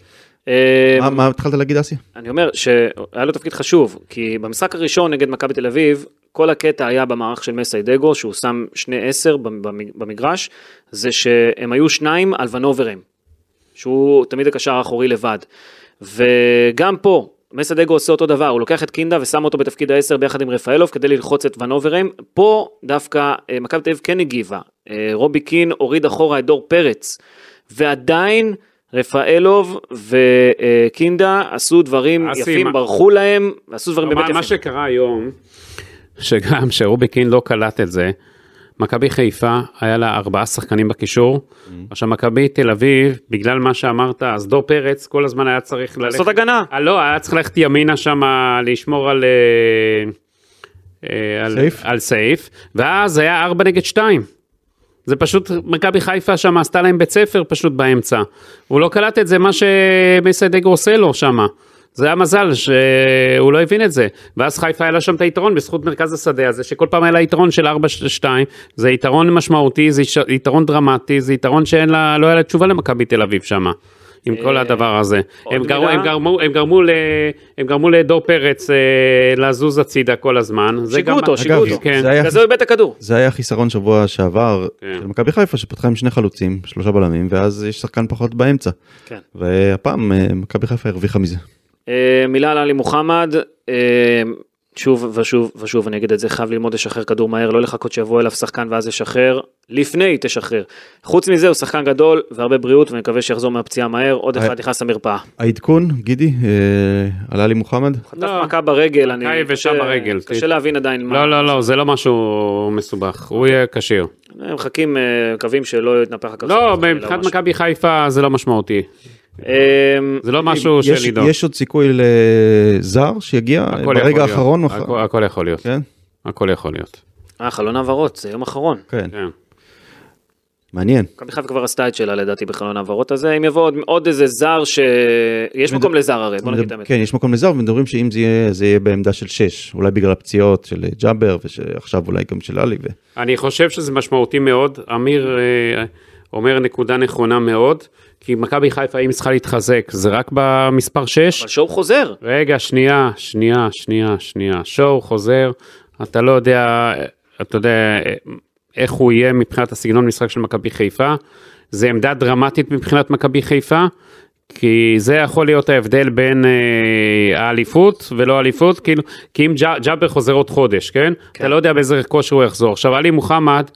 אה,
מה- מה התחלת להגיד אסי?
אני אומר שהיה לו תפקיד חשוב, כי במשחק הראשון נגד מכבי תל אביב, כל הקטע היה במערך של מסיידגו, שהוא שם שני עשר במ- במ- במגרש, זה שהם היו שניים על ונוברים, שהוא תמיד הקשר האחורי לבד. וגם פה, מסיידגו עושה אותו דבר, הוא לוקח את קינדה ושם אותו בתפקיד העשר ביחד עם רפאלוב כדי ללחוץ את ונוברים. פה דווקא אה, מכבי תל אביב כן הגיבה, אה, רובי קין הוריד אחורה את דור פרץ, ועדיין... רפאלוב וקינדה עשו דברים
אסי,
יפים,
מה-
ברחו להם, עשו דברים באמת
לא, מה, מה
יפים.
שקרה היום, שגם שרובי קין לא קלט את זה, מכבי חיפה היה לה ארבעה שחקנים בקישור,
Mm-hmm.
עכשיו מכבי תל אביב, בגלל מה שאמרת, אז דור פרץ כל הזמן היה צריך ללכת...
לעשות הגנה.
אה, לא, היה צריך ללכת ימינה שם, לשמור על... אה, אה, על
סעיף.
על סעיף, ואז היה ארבע נגד שתיים. זה פשוט, מכבי חיפה שם עשתה להם בית ספר פשוט באמצע. הוא לא קלט את זה, מה שמסיידגו עושה לו שם. זה היה מזל שהוא לא הבין את זה. ואז חיפה היה לה שם את היתרון בזכות מרכז השדה הזה, שכל פעם היה לה יתרון של 4-2, זה יתרון משמעותי, זה יש- יתרון דרמטי, זה יתרון שאין לה, לא היה לה תשובה למכבי תל אביב שם. עם כל הדבר הזה.
אה, עוד
הם גרמו,
מילה?
הם, גרמו, הם, גרמו ל, הם גרמו לדור פרץ אה, לזוז הצידה כל הזמן. זה
שיגעו
גם-
אותו, שיגעו
אגב,
אותו.
כן.
זה היה
בגלל זה הוא איבד את הכדור.
זה היה חיסרון שבוע שעבר
כן.
של מכבי חיפה שפתחה עם שני חלוצים, שלושה בלמים, ואז יש שחקן פחות באמצע.
כן.
והפעם אה, מכבי חיפה הרוויחה מזה.
אה, מילה על עלי מוחמד, אה, שוב ושוב ושוב אני אגיד את זה, חייב ללמוד לשחרר כדור מהר, לא לחכות שיבוא אליו שחקן ואז ישחרר, לפני תשחרר. חוץ מזה הוא שחקן גדול והרבה בריאות ואני מקווה שיחזור מהפציעה מהר, עוד
אה.
אחד נכנס למרפאה.
העדכון, גידי, אה, עלה לי מוחמד,
חטף מכה ברגל, אני...
מכה יבשה
קשה-
לא. ברגל,
קשה
כן.
להבין עדיין מה.
לא, לא, לא, זה לא משהו מסובך, הוא יהיה כשיר.
מחכים, אה, מקווים שלא יתנפח הכדור.
לא, מבחינת מכבי חיפה זה לא משמעותי.
אה,
זה לא משהו של
יש,
לדאוג.
יש עוד סיכוי לזר שיגיע
הכל יכול
ברגע
להיות.
האחרון מחר?
הכל- הכל יכול להיות,
כן?
הכל יכול להיות.
אה, חלון העברות, זה יום אחרון.
כן,
כן.
מעניין.
מכבי חיפה כבר עשתה את שלה לדעתי בחלון העברות הזה, אם יבוא עוד, עוד איזה זר ש... יש מקום לזר הרי, בוא נגיד את האמת.
כן, יש מקום לזר, ומדברים שאם זה יהיה, זה יהיה בעמדה של 6, אולי בגלל הפציעות של אה, ג'אבר, ועכשיו אולי גם של עלי. ו...
אני חושב שזה משמעותי מאוד, אמיר אה, אומר נקודה נכונה מאוד, כי מכבי חיפה אם צריכה להתחזק, זה רק במספר 6.
אבל שואו חוזר. לא
רגע, שנייה, שנייה, שנייה, שנייה. שואו חוזר, אתה לא יודע, אתה יודע איך הוא יהיה מבחינת הסגנון משחק של מכבי חיפה. זה עמדה דרמטית מבחינת מכבי חיפה, כי זה יכול להיות ההבדל בין אה, האליפות ולא האליפות, כאילו, כי אם ג'ה- ג'אבר חוזר עוד חודש, כן? כן? אתה לא יודע באיזה כושר הוא יחזור. עכשיו, עלי מוחמד,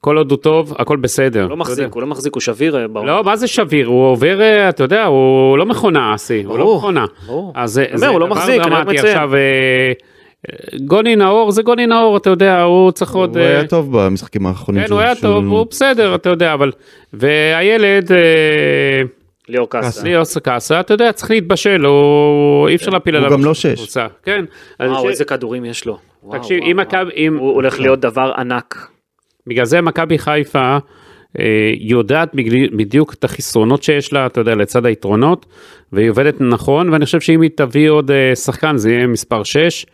כל עוד הוא טוב, הכל בסדר.
לא
אתה יודע.
מחזיק, הוא לא מחזיק, הוא שביר אה, ברור.
לא, מה זה שביר? הוא עובר, אה, אתה יודע, הוא לא מכונה אסי, הוא לא
ברור,
מכונה.
ברור.
אז זה
אני אומר,
זה
הוא לא
דבר
מחזיק, אני רק
דרמטי.
מציין.
עכשיו, אה, גוני נאור זה גוני נאור, אתה יודע, הוא צריך עוד...
הוא
אה,
היה טוב במשחקים האחרונים.
כן,
שהוא-
הוא היה
שהוא-
טוב, הוא בסדר, אתה יודע, אבל... והילד, אה,
ליאור קאסה.
ליאור סקאסה, אתה יודע, צריך להתבשל, הוא... אי אפשר להפיל
הוא
עליו.
גם לא שש.
קבוצה, כן. אז
וואו,
ש-
איזה כדורים יש לו. וואו,
תקשיב,
וואו,
אם
וואו.
מכבי... אם- אה.
הוא הולך להיות דבר ענק.
בגלל זה מכבי חיפה אה, יודעת בגלי- בדיוק את החסרונות שיש לה, אתה יודע, לצד היתרונות, והיא עובדת נכון, ואני חושב שאם היא תביא עוד אה, שחקן זה יהיה מספר 6,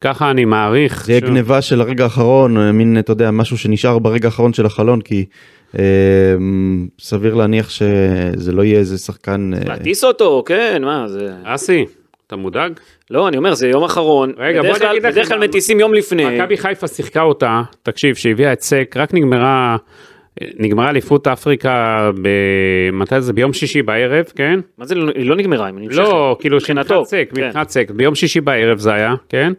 ככה אני מעריך.
זה יהיה
ש-
גניבה של הרגע האחרון, אה, מין, אתה יודע, משהו שנשאר ברגע האחרון של החלון, כי אה, סביר להניח שזה לא יהיה איזה שחקן... אה,
להטיס אותו, כן, מה זה...
אסי, אתה מודאג?
לא, אני אומר, זה יום אחרון.
רגע,
בדרך
בוא אני
כלל-
אגיד לכם
בדרך כלל
מה-
אה. מטיסים יום לפני.
מכבי חיפה שיחקה אותה, תקשיב, שהביאה את סק, רק נגמרה אה, נגמרה אליפות אפריקה, ב- מתי זה? ביום שישי בערב, כן?
מה זה, היא לא נגמרה, היא נמשכת.
לא, כאילו
מבחינתו,
שמתחצק,
כן.
מתחצק, ביום שישי בערב זה היה, כן?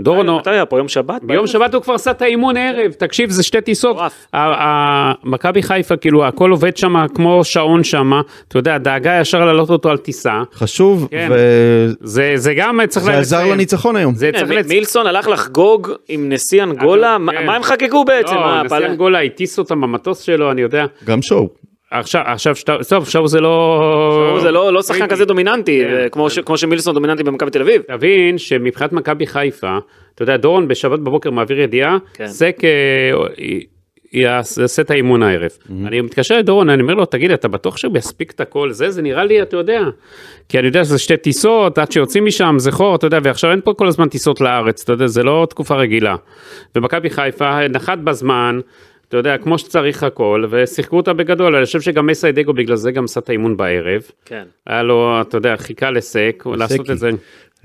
דורנו,
אה, מתי היה פה? יום שבת?
ביום שבת הוא כבר עשה את האימון הערב, תקשיב, זה שתי טיסות.
מטורף.
ה- ה- מכבי חיפה, כאילו, הכל עובד שם כמו שעון שם, אתה יודע, דאגה ישר להעלות אותו על טיסה.
חשוב,
כן.
וזה
זה זה גם צריך
עזר
לציין.
לניצחון היום.
זה
כן,
צריך
מ-
לציין.
מילסון הלך לחגוג עם נשיא אנגולה,
כן.
מה מה הם חגגו בעצם? אה, מה,
לא, נשיא
פעלה-
אנגולה הטיס אותם במטוס שלו, אני יודע.
גם שואו.
עכשיו, עכשיו, שאתה- טוב, עכשיו זה לא...
ברור, זה לא לא שחקן
קריטי.
כזה דומיננטי,
כן.
אה, כמו ש- כמו שמילסון דומיננטי במכבי תל אביב.
תבין שמבחינת מכבי חיפה, אתה יודע, דורון בשבת בבוקר מעביר ידיעה,
כן.
סק אה, י- יעשה את האימון הערב. אני מתקשר לדורון, אני אומר לו, תגיד, אתה בטוח שהוא יספיק את הכל זה? זה נראה לי, אתה יודע, כי אני יודע שזה שתי טיסות, עד שיוצאים משם, זה חור, אתה יודע, ועכשיו אין פה כל הזמן טיסות לארץ, אתה יודע, זה לא תקופה רגילה. ומכבי חיפה נחת בזמן. אתה יודע, כמו שצריך הכל, ושיחקו אותה בגדול, אני חושב שגם מסיידגו בגלל זה גם עשה את האימון בערב.
כן.
היה לו, אתה יודע, חיכה לסק, לעשות
סקי.
את זה.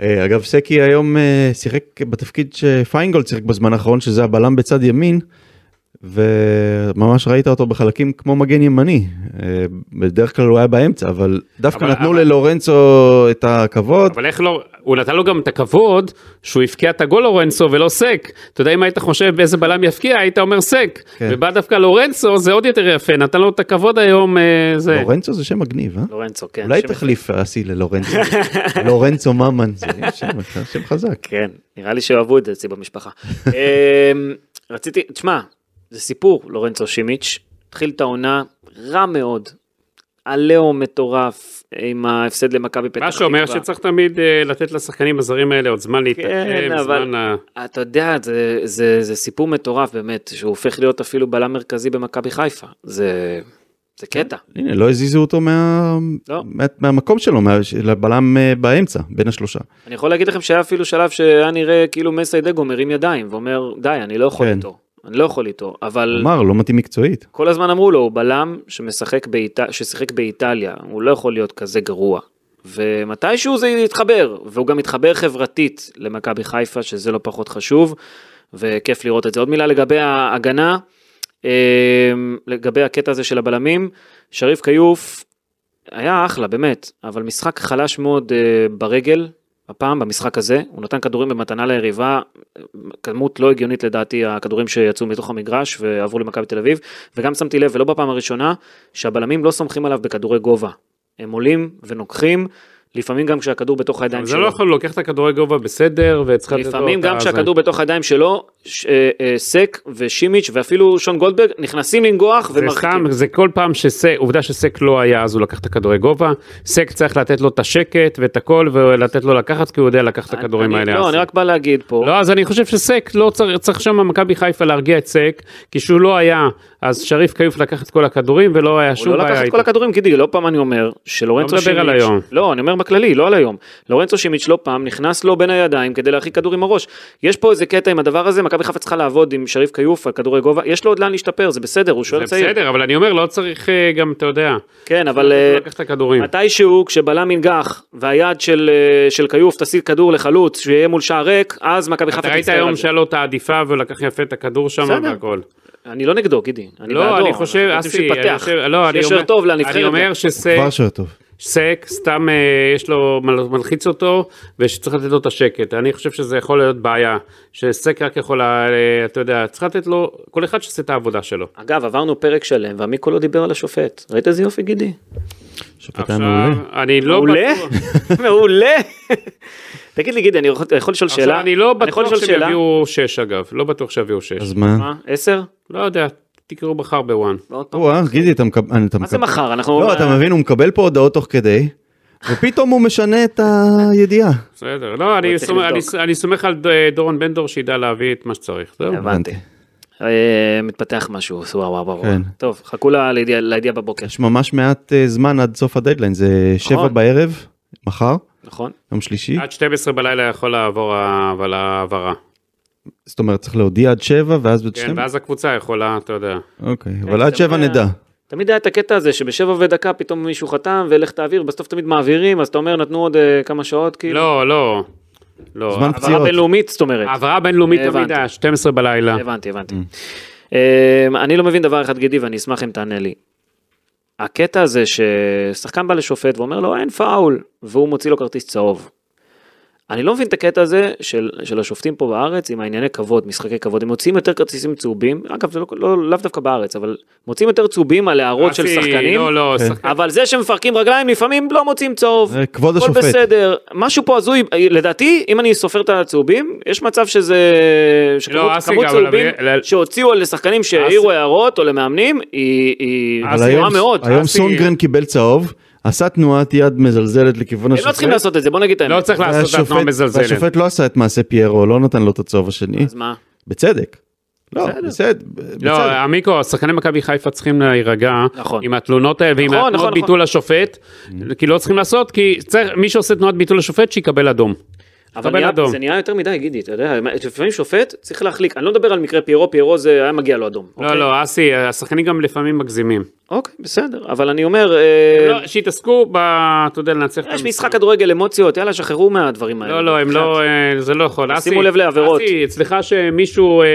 אה, אגב, סקי היום אה, שיחק בתפקיד שפיינגולד שיחק בזמן האחרון, שזה הבלם בצד ימין, וממש ראית אותו בחלקים כמו מגן ימני. אה, בדרך כלל הוא היה באמצע, אבל דווקא
אבל-
נתנו
אבל-
ללורנצו את הכבוד.
אבל איך לא, הוא נתן לו גם את הכבוד שהוא הבקיע את הגול לורנסו ולא סק. אתה יודע, אם היית חושב באיזה בלם יפקיע, היית אומר סק.
כן.
ובא דווקא לורנסו, זה עוד יותר יפה, נתן לו את הכבוד היום, אה, זה.
לורנצו זה שם מגניב, אה?
לורנצו, כן.
אולי
שם-
תחליף אסי ללורנצו. לורנצו ממן, זה שם- שם חזק.
כן, נראה לי שאוהבו את זה אצלי במשפחה. אמ, רציתי, תשמע, זה סיפור, לורנצו שימיץ', התחיל את העונה רע מאוד. עליהום מטורף עם ההפסד למכבי פתח תקווה.
מה שאומר שצריך תמיד אה, לתת לשחקנים הזרים האלה עוד זמן להתעכב,
כן, אבל-
זמן ה...
אתה יודע, זה, זה, זה סיפור מטורף באמת, שהוא הופך להיות אפילו בלם מרכזי במכבי חיפה. זה, זה קטע.
הנה, לא הזיזו אותו מה-
לא.
מה- מהמקום שלו, מה- של הבלם אה, באמצע, בין השלושה.
אני יכול להגיד לכם שהיה אפילו שלב שהיה נראה כאילו מסיידגו מרים ידיים ואומר, די, אני לא יכול
כן.
איתו. אני לא יכול איתו, אבל...
אמר, לא מתאים מקצועית.
כל הזמן אמרו לו, הוא בלם שמשחק באיט... ששיחק באיטליה, הוא לא יכול להיות כזה גרוע. ומתישהו זה יתחבר, והוא גם יתחבר חברתית למכבי חיפה, שזה לא פחות חשוב, וכיף לראות את זה. עוד מילה לגבי ההגנה, אה, לגבי הקטע הזה של הבלמים, שריף כיוף היה אחלה, באמת, אבל משחק חלש מאוד אה, ברגל, הפעם במשחק הזה, הוא נתן כדורים במתנה ליריבה, כמות לא הגיונית לדעתי, הכדורים שיצאו מתוך המגרש ועברו למכבי תל אביב, וגם שמתי לב, ולא בפעם הראשונה, שהבלמים לא סומכים עליו בכדורי גובה. הם עולים ונוקחים, לפעמים גם כשהכדור בתוך הידיים
אבל זה
שלו.
לא יכול, לוקח את הכדורי גובה בסדר, וצריך לתת לו
לפעמים
את
גם
הזה.
כשהכדור בתוך הידיים שלו, ש- אה, אה, סק ושימיץ' ואפילו שון גולדברג נכנסים לנגוח
זה
ומרחיקים.
סתם, זה כל פעם שסק, עובדה שסק לא היה, אז הוא לקח את הכדורי גובה. סק צריך לתת לו את השקט ואת הכל, ולתת לו לקחת, כי הוא יודע לקחת את הכדורים
אני-
האלה.
לא,
אז-
אני רק בא להגיד פה,
לא, אז אני חושב שסק, לא צריך, צריך שם מכבי חיפה להרגיע את סק, כי שהוא לא היה, אז שריף כיוף לקח את כל הכדורים ולא היה
הוא
שום
לא לקח
בעיה
את
איתו.
כל הכדורים, גידי, לא פעם אני אומר שלורנצו
לא מדבר
שימיץ',
על היום.
לא, אני אומר בכללי, לא על היום, לורנצו שימיץ' לא פעם נכנס לו בין הידיים כדי להרחיק כדור עם הראש. יש פה איזה קטע עם הדבר הזה, מכבי חיפה צריכה לעבוד עם שריף כיוף על כדורי גובה, יש לו עוד לאן להשתפר, זה בסדר, הוא
זה
שוער צעיר.
בסדר, אבל אני אומר, לא צריך אה, גם, אתה יודע,
כן, אבל אה,
לקח את הכדורים.
מתישהו כשבלם ינגח והיד של אה, של כיוף תסיט כדור לחלוץ שיהיה מול שער ריק, אז מכבי חיפה
אתה ראית
תצטער על
היום
זה.
שהיה לו את העדיפה והוא לקח יפה את הכדור שם
בסדר.
והכל.
אני לא נגדו, גידי, אני בעדו.
לא, אני
אנחנו
חושב,
רוצים
אסי, אני
שיתפתח,
חושב, לא, אני
שיהיה שוער
אומר,
טוב לנבחרת.
אני אומר
גם.
שסק,
כבר שוער טוב.
סק, סתם אה, יש לו, מל- מלחיץ אותו, ושצריך לתת לו את השקט. אני חושב שזה יכול להיות בעיה, שסק רק יכול, אה, אתה יודע, צריך לתת לו, כל אחד שעושה את העבודה שלו.
אגב, עברנו פרק שלם ועמיקו לא דיבר על השופט. ראית איזה יופי, גידי?
שופט היה מעולה.
אני לא
מעולה?
בטוח-
(laughs) מעולה. תגיד לי, גידי, אני יכול יכול לשאול
עכשיו
שאלה?
אני לא
יכול
בטוח
לשאול
שהם
שאלה?
יביאו שש אגב, לא בטוח שיביאו שש.
אז מה?
מה, עשר?
לא יודע, תקראו מחר בוואן.
ועוד פעם.
או, אה, גידי, אתה מקבל...
מה זה מחר? אנחנו...
לא, אתה מבין, הוא מקבל פה הודעות תוך כדי, ופתאום הוא משנה את הידיעה.
בסדר, לא, אני
צריך
סומך- אני-
לבדוק.
אני סומך על ד- דורון בן דור שידע להביא את מה שצריך. זהו.
הבנתי. אה, מתפתח משהו, וואו וואו וואו.
כן.
טוב, חכו לה- לידיעה לידיעה בבוקר,
יש ממש מעט אה, זמן עד סוף הדדליין, זה שבע בערב, מחר,
נכון?
יום שלישי,
עד 12 בלילה יכול לעבור ה- אבל ההעברה.
זאת אומרת צריך להודיע עד שבע ואז עד
כן,
שתיים?
ואז הקבוצה יכולה, אתה יודע.
אוקיי, אבל עד
כן, זה אה,
שבע
מה-
נדע.
תמיד היה את הקטע הזה שבשבע ודקה פתאום מישהו חתם ולך תעביר, בסוף תמיד מעבירים, אז אתה אומר נתנו עוד אה, כמה שעות, כאילו.
לא, לא. לא.
זמן
העברה-
פציעות.
העברה בינלאומית, זאת אומרת.
העברה בינלאומית לא
הבנתי.
תמיד היה 12 בלילה.
הבנתי, הבנתי. אה, אני לא מבין דבר אחד, גידי, ואני אשמח אם תענה לי. הקטע הזה ששחקן בא לשופט ואומר לו אין פאול, והוא מוציא לו כרטיס צהוב. אני לא מבין את הקטע הזה של, של השופטים פה בארץ עם הענייני כבוד, משחקי כבוד, הם מוציאים יותר כרטיסים צהובים, אגב זה לא, לא, לאו דווקא בארץ, אבל מוציאים יותר צהובים על הערות של
רפי,
שחקנים,
לא, לא,
כן.
שחקן.
אבל זה שמפרקים רגליים לפעמים לא מוצאים צהוב.
זה כבוד
הכל
השופט.
בסדר, משהו פה הזוי, לדעתי, אם אני סופר את הצהובים, יש מצב שזה... שכמות
לא, אסי
כמות
גם,
צהובים
אבל-
שהוציאו על לשחקנים שהעירו הערות או למאמנים, היא- היא
אסי-
אבל
גבוהה
היום,
מאוד.
היום
אסי-
סונגרן קיבל צהוב, עשה תנועת יד מזלזלת לכיוון
הם
השופט.
לא צריכים לעשות את זה, בוא נגיד את
לא
האמת.
צריך לעשות את התנועה
והשופט-
מזלזלת.
והשופט לא עשה את מעשה פיירו, לא נתן לו את הצהוב השני.
אז מה?
בצדק. לא,
בסדר.
בסדר. ב-
לא,
בצדק.
עמיקו, שחקני מכבי חיפה צריכים להירגע
נכון.
עם התלונות האלה ועם
נכון, נכון,
התנועות
נכון.
ביטול השופט, כי לא צריכים לעשות, כי צריך- מי שעושה תנועת ביטול השופט שיקבל אדום.
אבל
קבל
נהיה-
אדום.
זה נהיה יותר מדי, גידי, אתה יודע, לפעמים שופט צריך להחליק. אני לא מדבר על מקרה פיירו, פיירו זה היה מגיע לו אדום.
לא,
אוקיי?
לא, אסי, השחקנים גם לפעמים מגזימים.
אוקיי, בסדר, אבל אני אומר... אה,
לא, שיתעסקו ב... אתה יודע, לנצח את
יש משחק כדורגל אמוציות, יאללה, שחררו מהדברים האלה.
לא, לא, הם לא, אה, זה לא יכול.
שימו
אסי-
לב לעבירות.
אסי, אצלך שמישהו אה,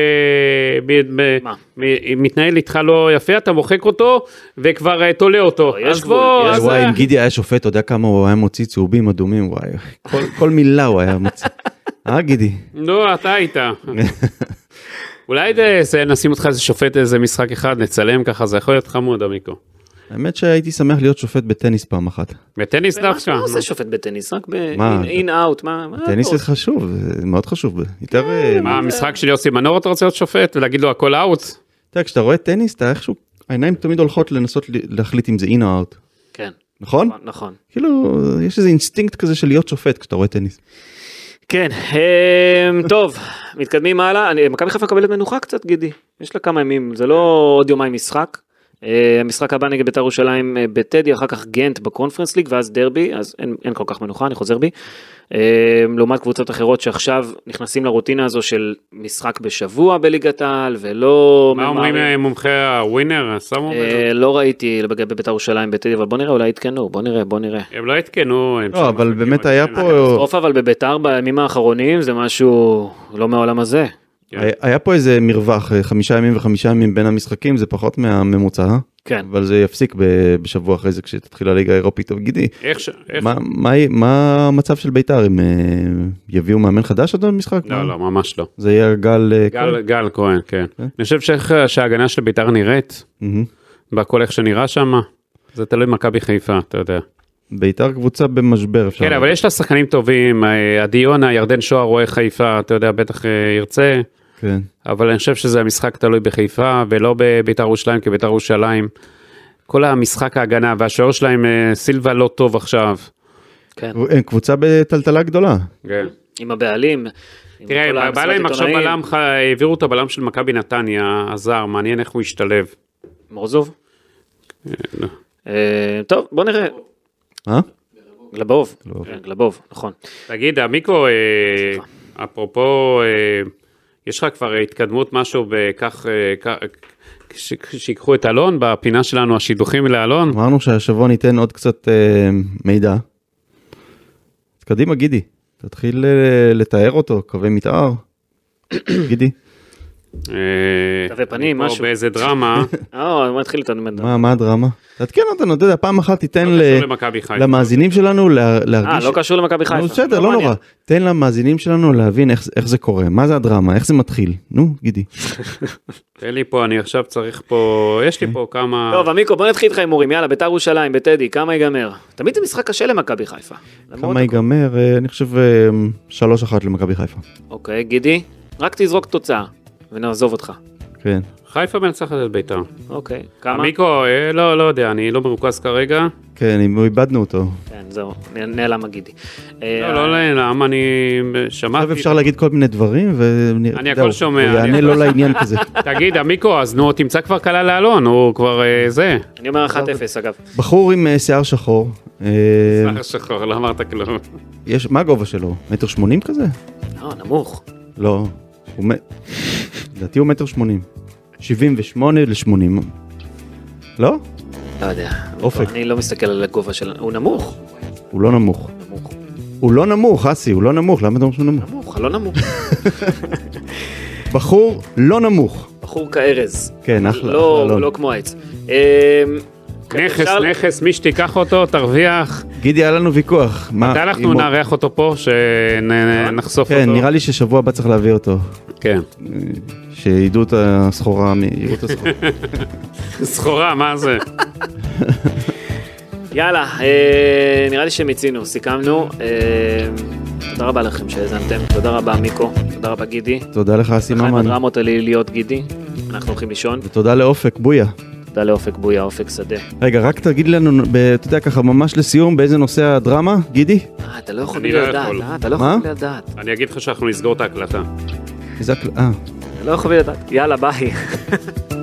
ב- ב-
מה?
מ- מתנהל איתך לא יפה, אתה מוחק אותו וכבר אה, תולה אותו.
לא, יש
אז
גבול,
בוא,
יש
אז,
גבול.
וואי,
אה,
אם גידי היה שופט, אתה יודע כמה הוא היה מוציא צהובים אדומים, וואי. כל- כל מילה הוא היה
(laughs)
מוציא. אה, גידי?
לא, אתה היית. אולי זה- זה- נשים אותך איזה שופט איזה משחק אחד, נצלם ככה, זה יכול להיות חמוד, עמיקו.
האמת שהייתי שמח להיות שופט בטניס פעם אחת.
אה, בטניס
מה
דווקא.
מה עושה שופט בטניס? רק
מה?
ב-in-out, מה? מה
טניס
אתה
זה
עושה?
חשוב, זה מאוד חשוב. יותר... אה,
כן. מה, המשחק של יוסי מנור אתה רוצה להיות שופט ולהגיד לו הכל אאוט?
אתה יודע, כשאתה רואה טניס, אתה איכשהו, העיניים תמיד הולכות לנסות ל- להחליט אם זה אין או אאוט,
כן,
נכון?
נכון.
כאילו, יש איזה אינסטינקט כזה של להיות שופט כשאתה רואה טניס.
כן, אמ, (laughs) טוב, מתקדמים הלאה. אני- מכבי חיפה מקבלת מנוחה קצת, גידי. יש לה כמה ימים, זה לא עוד יומיים משחק. אה, המשחק הבא נגד בית"ר ירושלים אה, בטדי, אחר כך גנט בקונפרנס ליג ואז דרבי, אז אין, אין כל כך מנוחה, אני חוזר בי. אה, לעומת קבוצות אחרות שעכשיו נכנסים לרוטינה הזו של משחק בשבוע בליגת העל, ולא...
מה אומרים
ממהרים.
אה, מומחי הווינר? שמו?
אה, לא ראיתי לגבי בית"ר ירושלים בטדי, אבל בוא נראה, אולי יתקנו, בוא נראה, בוא נראה.
הם לא עדכנו. הם
לא,
שם
אבל
מחכים,
באמת היה
כן.
פה...
עוף אבל בבית"ר בימים האחרונים זה משהו לא מהעולם הזה.
כן.
היה- היה פה איזה מרווח, אה, חמישה ימים וחמישה ימים בין המשחקים, זה פחות מהממוצע, אה?
כן.
אבל זה יפסיק ב- בשבוע אחרי זה כשתתחיל הליגה האירופית. טוב, גידי,
איך ש... איך-
מה- מה יהיה- מה המצב של בית"ר, הם אה, יביאו מאמן חדש עד המשחק? מה?
לא, לא, ממש לא.
זה יהיה גל... אה,
גל,
כהן?
גל כהן, כן. אני חושב שאיך שההגנה של בית"ר נראית,
מהמם.
והכל איך שנראה שם, זה תלוי במכבי חיפה, אתה יודע.
בית"ר קבוצה במשבר, אפשר
כן, אבל
לומר.
יש לה שחקנים טובים, אה, עדי יונה, ירדן שואה, רואה חיפה, אתה יודע, בטח אה, ירצה,
כן.
אבל אני חושב שזה המשחק תלוי בחיפה, ולא בבית"ר ירושלים, כי בית"ר ירושלים, כל המשחק ההגנה, והשוער שלהם, אה, סילבה לא טוב עכשיו.
כן,
הם אה, קבוצה בטלטלה גדולה.
כן.
עם הבעלים. עם כל
תראה, בא
המסיבת
להם עכשיו
עיתונאים.
בלם, ח- העבירו את הבלם של מכבי נתניה, הזר, מעניין איך הוא ישתלב.
מורזוב?
לא.
אה, טוב, בוא נראה.
אה?
גלבוב. כן, גלבוב, נכון.
תגיד, עמיקו, אה, אפרופו, אה, יש לך כבר התקדמות משהו בכך, אה, כ- כש- שיקחו את אלון בפינה שלנו, השידוכים לאלון?
אמרנו שהשבוע ניתן עוד קצת אה, מידע. אז קדימה גידי, תתחיל אה, לתאר אותו, קווי מתאר. (coughs) גידי,
אה,
תווי פנים,
אני פה
משהו.
באיזה
(laughs)
דרמה,
אה, הוא מתחיל איתנו מדבר.
מה, מה הדרמה? תעדכן אותנו, אתה יודע, פעם אחת תיתן
לא
ל-
קשור למכבי חיפה.
למאזינים שלנו לה-
אה,
להרגיש...
לא קשור למכבי
נו,
חיפה.
בסדר, לא נורא.
מעניין.
תן למאזינים שלנו להבין איך איך זה קורה, מה זה הדרמה, איך זה מתחיל. נו, גידי.
תן לי פה, אני עכשיו צריך פה, יש
כן.
לי פה כמה...
טוב, עמיקו, בוא נתחיל איתך הימורים. יאללה, ביתר ירושלים, בטדי, כמה ייגמר? תמיד זה משחק קשה למכבי חיפה. למרות
כמה ייגמר, אה, אני חושב אה, 3-1 למכבי חיפה.
הכל. אוקיי, גידי, רק תזרוק תוצאה, ונעזוב אותך.
כן.
חיפה מנצחת את בית"ר.
אוקיי, כמה?
עמיקו, אה, לא, לא יודע, אני לא מרוכז כרגע.
אה.
כן, אם איבדנו אותו.
כן, זהו, נ- נעלם הגידי.
לא, לא, לא, למה אני שמעתי...
עכשיו אפשר להגיד כל מיני דברים, ונראה,
אני הכל שומע,
הוא
אני
יענה
הכל
לא לעניין
(laughs)
כזה.
תגיד, עמיקו, אז נו, תמצא כבר כלה לאלון, הוא כבר אה, זה.
אני אומר 1-0 אגב.
בחור עם אה, שיער שחור, אה,
סחר שחור, לא אמרת כלום.
יש, מה הגובה שלו? מטר שמונים כזה?
לא, נמוך.
לא, הוא מ... לדעתי הוא מטר שמונים. שבעים ושמונה לשמונים. לא?
לא יודע.
אופק.
אני לא מסתכל על הגובה של... הוא נמוך.
הוא לא נמוך.
נמוך. לא
הוא לא נמוך, אסי, הוא לא נמוך, למה אתה אומר שהוא נמוך?
נמוך, לא נמוך.
בחור לא נמוך.
בחור כארז.
כן, אחלה,
לא,
אחלה, אלון.
לא כמו העץ. אה,
נכס,
אפשר-
נכס, מי שתיקח אותו, תרוויח.
גידי, היה לנו ויכוח. מה,
מתי אנחנו
אם-
נארח אותו פה,
אה?
שנחשוף אותו?
כן, נראה לי ששבוע הבא צריך להביא אותו.
כן. (laughs)
שידעו את הסחורה, מ- יראו את (laughs) הסחורה.
סחורה, מה זה?
יאללה, אה, נראה לי שמיצינו, סיכמנו. אה, תודה רבה לכם שהאזנתם, תודה רבה מיקו, תודה רבה גידי.
תודה לך, אסי
לכם
ממן.
הדרמות עלי להיות גידי, אנחנו הולכים לישון.
ותודה לאופק, בויה.
תודה לאופק בויה, אופק שדה.
רגע, רק תגיד לנו, ב- אתה יודע, ככה ממש לסיום, באיזה נושא הדרמה, גידי?
אה, אתה לא יכול
אני
בלי
לא
לדעת,
יכול.
אה, אתה לא
מה?
יכול בלי לדעת.
אני אגיד לך שאנחנו נסגור את ההקלטה.
איזה הקל- אה.
אתה לא יכול בלי לדעת. יאללה, ביי.